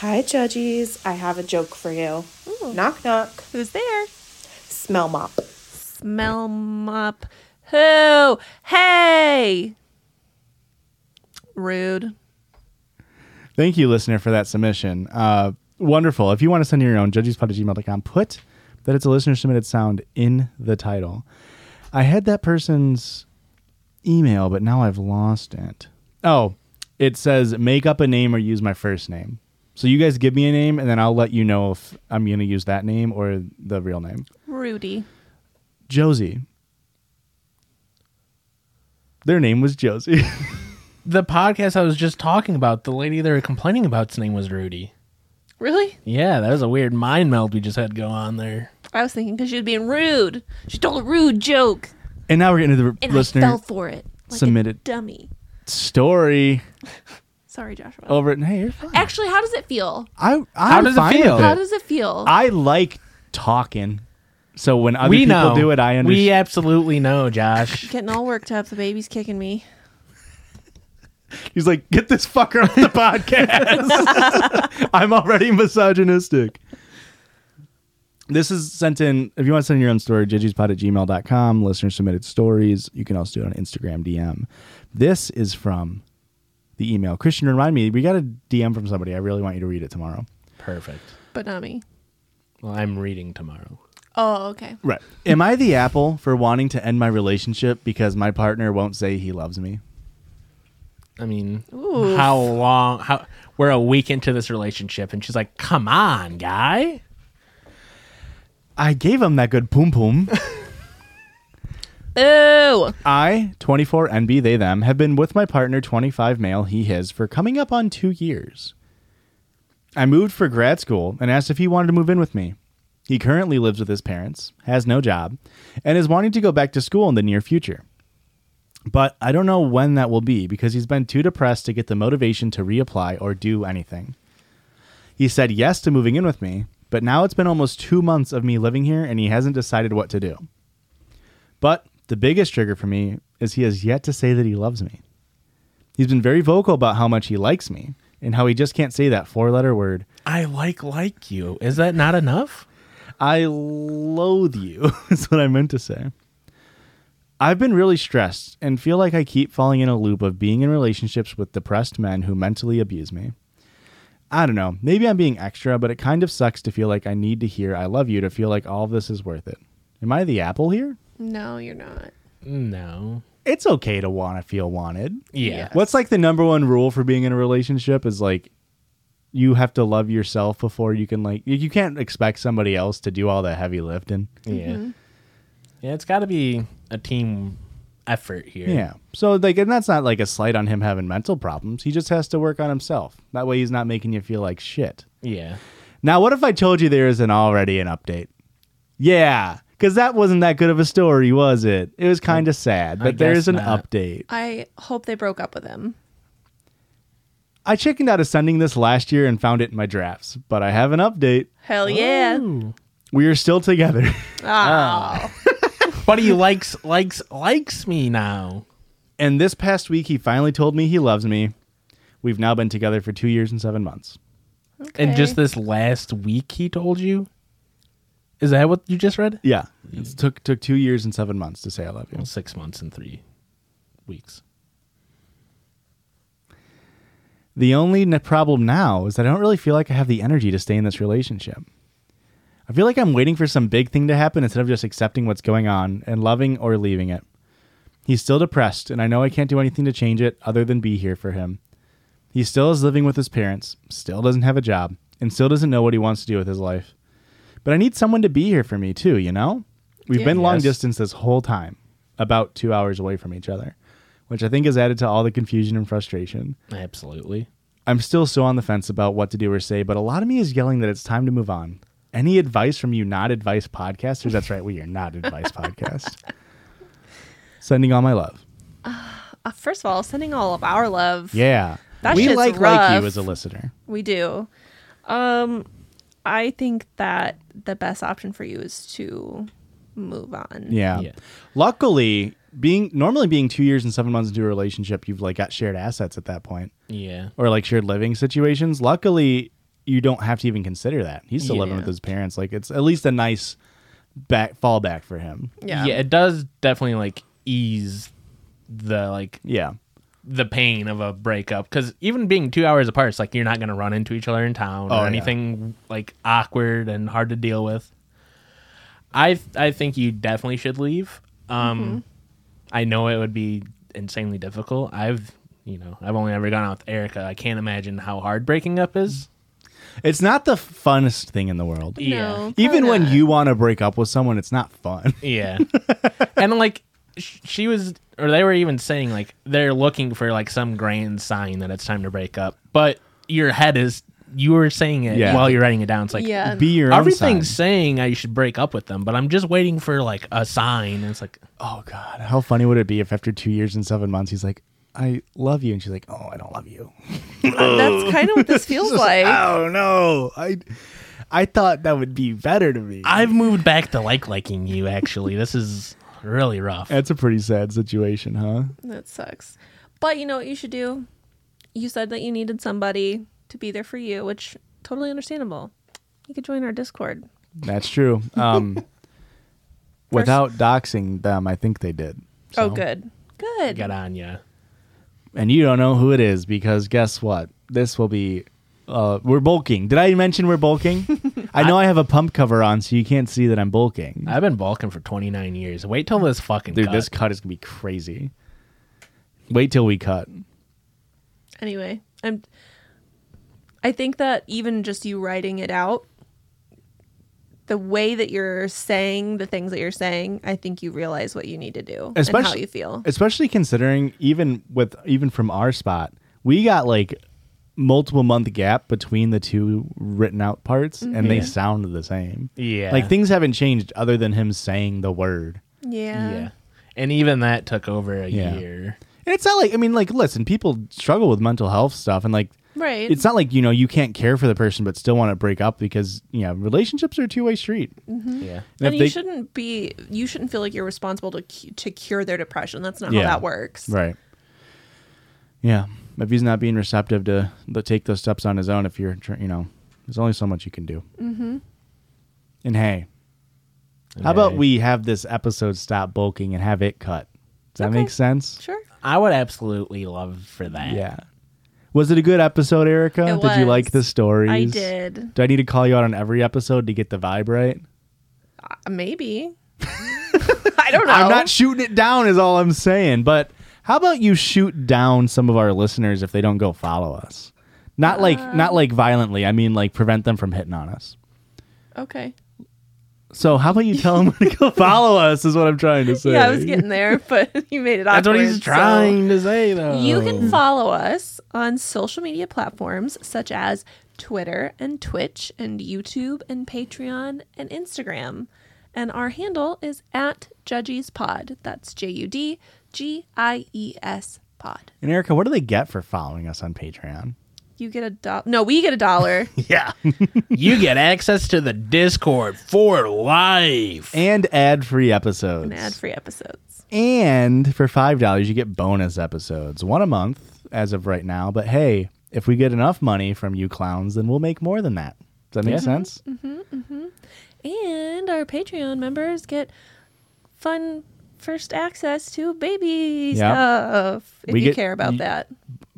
S7: Hi, judges. I have a joke for you. Knock, knock.
S2: Who's there?
S7: Smell mop.
S2: Smell 'em up. Who? Hey. Rude.
S1: Thank you, listener, for that submission. Uh, wonderful. If you want to send in your own, judgespot.gmail.com, put that it's a listener submitted sound in the title. I had that person's email, but now I've lost it. Oh, it says make up a name or use my first name. So you guys give me a name, and then I'll let you know if I'm going to use that name or the real name.
S2: Rudy.
S1: Josie. Their name was Josie.
S3: the podcast I was just talking about. The lady they were complaining about's name was Rudy.
S2: Really?
S3: Yeah, that was a weird mind meld we just had go on there.
S2: I was thinking because she was being rude. She told a rude joke,
S1: and now we're getting to the
S2: and I
S1: listener
S2: fell for it. Like A
S1: submitted
S2: dummy.
S1: story
S2: Sorry, Joshua.
S1: over it. Hey, you're fine.
S2: Actually, how does it feel?
S1: I, I'm
S3: How does it
S1: fine with
S3: feel?
S2: How does it feel?
S1: I like talking. So when other
S3: we
S1: people
S3: know.
S1: do it, I understand.
S3: We absolutely know, Josh.
S2: Getting all worked up. The baby's kicking me.
S1: He's like, get this fucker off the podcast. I'm already misogynistic. This is sent in. If you want to send in your own story, jiggyspot at gmail.com. Listener submitted stories. You can also do it on Instagram DM. This is from the email. Christian, remind me, we got a DM from somebody. I really want you to read it tomorrow.
S3: Perfect.
S2: But not me.
S3: Well, I'm reading tomorrow.
S2: Oh, okay.
S1: Right. Am I the apple for wanting to end my relationship because my partner won't say he loves me?
S3: I mean,
S2: Oof.
S3: how long? How we're a week into this relationship, and she's like, "Come on, guy."
S1: I gave him that good poom poom.
S2: Boo!
S1: I, 24 NB, they, them, have been with my partner, 25 male, he, his, for coming up on two years. I moved for grad school and asked if he wanted to move in with me. He currently lives with his parents, has no job, and is wanting to go back to school in the near future. But I don't know when that will be because he's been too depressed to get the motivation to reapply or do anything. He said yes to moving in with me, but now it's been almost two months of me living here and he hasn't decided what to do. But the biggest trigger for me is he has yet to say that he loves me. He's been very vocal about how much he likes me and how he just can't say that four letter word.
S3: I like like you. Is that not enough?
S1: I loathe you, is what I meant to say. I've been really stressed and feel like I keep falling in a loop of being in relationships with depressed men who mentally abuse me. I don't know. Maybe I'm being extra, but it kind of sucks to feel like I need to hear I love you to feel like all of this is worth it. Am I the apple here?
S2: No, you're not.
S3: No.
S1: It's okay to want to feel wanted.
S3: Yeah.
S1: What's like the number one rule for being in a relationship is like you have to love yourself before you can like you- you can't expect somebody else to do all the heavy lifting.
S3: Yeah. Yeah, it's got to be a team effort here.
S1: Yeah. So like and that's not like a slight on him having mental problems. He just has to work on himself. That way he's not making you feel like shit.
S3: Yeah.
S1: Now what if I told you there isn't already an update? Yeah. Cause that wasn't that good of a story, was it? It was kind of sad,
S3: I
S1: but there
S3: guess
S1: is an
S3: not.
S1: update.
S2: I hope they broke up with him.
S1: I chickened out of sending this last year and found it in my drafts, but I have an update.
S2: Hell yeah.
S1: We are still together.
S2: Ah.
S3: But he likes likes likes me now.
S1: And this past week, he finally told me he loves me. We've now been together for two years and seven months.
S3: And just
S2: Okay.
S3: this last week he told you? Is that what you just read?
S1: Yeah, it took took two years and seven months to say I love you.
S3: Well, 6 months and 3 weeks.
S1: The only n- problem now is that I don't really feel like I have the energy to stay in this relationship. I feel like I'm waiting for some big thing to happen instead of just accepting what's going on and loving or leaving it. He's still depressed, and I know I can't do anything to change it other than be here for him. He still is living with his parents, still doesn't have a job, and still doesn't know what he wants to do with his life. But I need someone to be here for me too, you know? We've
S2: Yeah.
S1: been long
S3: Yes.
S1: distance this whole time, about two hours away from each other, which I think has added to all the confusion and frustration.
S3: Absolutely.
S1: I'm still so on the fence about what to do or say, but a lot of me is yelling that it's time to move on. Any advice from you, not advice podcasters? That's right, we are not advice podcast. Sending all my love.
S2: Uh, first of all, sending all of our love.
S1: Yeah,
S2: That
S1: we
S2: shit's
S1: like like
S2: rough.
S1: you as a listener.
S2: We do. Um, I think that the best option for you is to move on.
S1: Yeah.
S3: Yeah.
S1: Luckily, being normally being two years and seven months into a relationship, you've like got shared assets at that point,
S3: Yeah.
S1: or like shared living situations. Luckily, you don't have to even consider that. He's still living
S3: Yeah.
S1: with his parents. Like it's at least a nice back fallback for him.
S2: Yeah.
S3: it does definitely like ease the like
S1: Yeah.
S3: the pain of a breakup because even being two hours apart, it's like you're not going to run into each other in town
S1: Oh,
S3: or
S1: yeah.
S3: anything like awkward and hard to deal with. I I think you definitely should leave. Um, I know it would be insanely difficult. I've you know I've only ever gone out with Erica. I can't imagine how hard breaking up is.
S1: It's not the funnest thing in the world.
S2: No,
S3: Yeah.
S2: probably
S1: Even when
S2: not.
S1: you want to break up with someone, it's not fun.
S3: Yeah. and like sh- she was or they were even saying like they're looking for like some grand sign that it's time to break up. But your head is you were saying it
S1: Yeah.
S3: while you're writing it down. It's like
S2: yeah.
S1: Be your own
S3: everything's
S1: sign.
S3: saying I should break up with them, but I'm just waiting for like a sign. And it's like
S1: Oh God, how funny would it be if after two years and seven months, he's like, "I love you," and she's like, "Oh, I don't love you."
S2: That's kind of what this feels like.
S1: Oh no, I, I thought that would be better to me.
S3: I've moved back to like liking you. Actually, this is really rough.
S1: That's a pretty sad situation, huh?
S2: That sucks. But you know what you should do? You said that you needed somebody to be there for you, which totally understandable. You could join our Discord.
S1: That's true. Um, without doxing them, I think they did.
S2: oh, good. Good.
S3: Get on ya.
S1: And you don't know who it is because guess what? This will be. Uh, we're bulking. Did I mention we're bulking? I know I, have a pump cover on, so you can't see that I'm bulking.
S3: I've been bulking for 29 years. Wait till this fucking
S1: Dude,
S3: cut.
S1: this cut is gonna be crazy. Wait till we cut.
S2: Anyway, I'm. I think that even just you writing it out, the way that you're saying the things that you're saying, I think you realize what you need to do and how you feel.
S1: Especially considering even with even from our spot, we got like multiple month gap between the two written out parts and they
S2: Mm-hmm.
S3: Mhm.
S1: sound the same.
S3: Yeah.
S1: Like things haven't changed other than him saying the word.
S2: Yeah.
S3: Yeah. And even that took over a
S1: Yeah.
S3: year.
S1: And it's not like I mean like listen, people struggle with mental health stuff and like
S2: Right.
S1: it's not like, you know, you can't care for the person but still want to break up because, you know, relationships are a two-way street.
S2: Mhm.
S3: Yeah.
S1: And if
S2: And, you
S1: they-
S2: shouldn't be. You shouldn't feel like you're responsible to cu- to cure their depression. That's not how that works.
S1: Right. Yeah. If he's not being receptive to, to take those steps on his own, if you're, tr- you know, there's only so much you can do.
S2: Mm-hmm.
S1: And hey,
S3: And
S1: how about
S3: hey.
S1: we have this episode stop bulking and have it cut? Does that make sense?
S2: Sure.
S3: I would absolutely love for that.
S1: Yeah. Was it a good episode, Erica?
S2: It
S1: did you like the
S2: was.
S1: stories?
S2: I did.
S1: Do I need to call you out on every episode to get the vibe right?
S2: Uh, maybe. I don't know.
S1: I'm not shooting it down, is all I'm saying. But how about you shoot down some of our listeners if they don't go follow us? Not like
S2: Uh.
S1: not like violently. I mean like prevent them from hitting on us.
S2: okay.
S1: So how about you tell them to go follow us? Is what I'm trying to say.
S2: Yeah, I was getting there, but you made it
S3: That's what
S2: awkward,
S3: he's
S2: so-
S3: trying to say, though.
S2: You
S1: Oh.
S2: can follow us on social media platforms such as Twitter and Twitch and YouTube and Patreon and Instagram. And our handle is at Judgies Pod. That's J U D G I E S Pod.
S1: And Erica, what do they get for following us on Patreon?
S2: You get a dollar. No, we get a dollar.
S3: Yeah. you get access to the Discord for life.
S1: And ad free episodes.
S2: and ad free episodes.
S1: And for five dollars, you get bonus episodes, one a month as of right now. But hey, if we get enough money from you clowns, then we'll make more than that. Does that make
S3: Yeah.
S1: sense?
S2: And our Patreon members get fun first access to baby
S1: Yeah.
S2: stuff if
S1: We
S2: you
S1: get-
S2: care about
S1: y-
S2: that.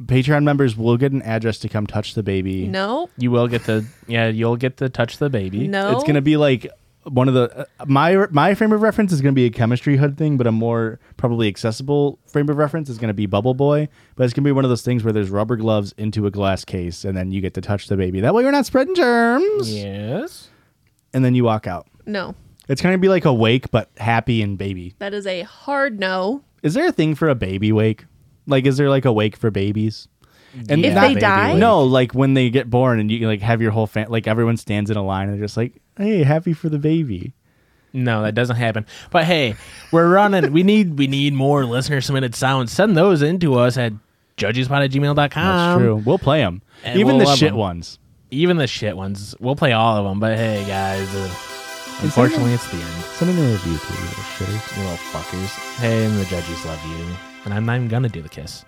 S1: Patreon members will get an address to come touch the baby.
S2: No,
S3: You will get the yeah. You'll get to touch the baby.
S2: no.
S1: It's gonna be like one of the uh, my my frame of reference is gonna be a chemistry hood thing, but a more probably accessible frame of reference is gonna be Bubble Boy. But it's gonna be one of those things where there's rubber gloves into a glass case, and then you get to touch the baby. That way, you're not spreading germs.
S3: Yes.
S1: And then you walk out.
S2: No.
S1: It's gonna be like a wake, but happy and baby.
S2: That is a hard no.
S1: Is there a thing for a baby wake? Like, is there like a wake for babies? And
S2: If
S1: not-
S2: they Baby die? wake.
S1: no, like when they get born and you can like have your whole family, like everyone stands in a line and they're just like, "Hey, happy for the baby."
S3: No, that doesn't happen. But hey, we're running. we need we need more listener submitted sounds. Send those in to us at judgespot at
S2: Um,
S3: gmail.com.
S1: That's true. We'll play them,
S3: and
S1: even
S3: we'll
S1: the
S3: love
S1: shit
S3: 'em.
S1: ones.
S3: Even the shit ones. We'll play all of them. But hey, guys, uh, unfortunately, it's the end.
S1: Send in a review, please, you little shitters.
S3: You little fuckers. Hey, and the judges love you. And I'm not even gonna do the kiss.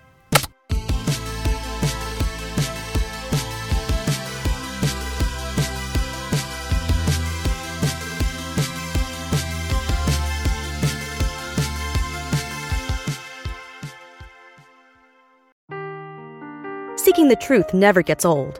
S8: Seeking the truth never gets old.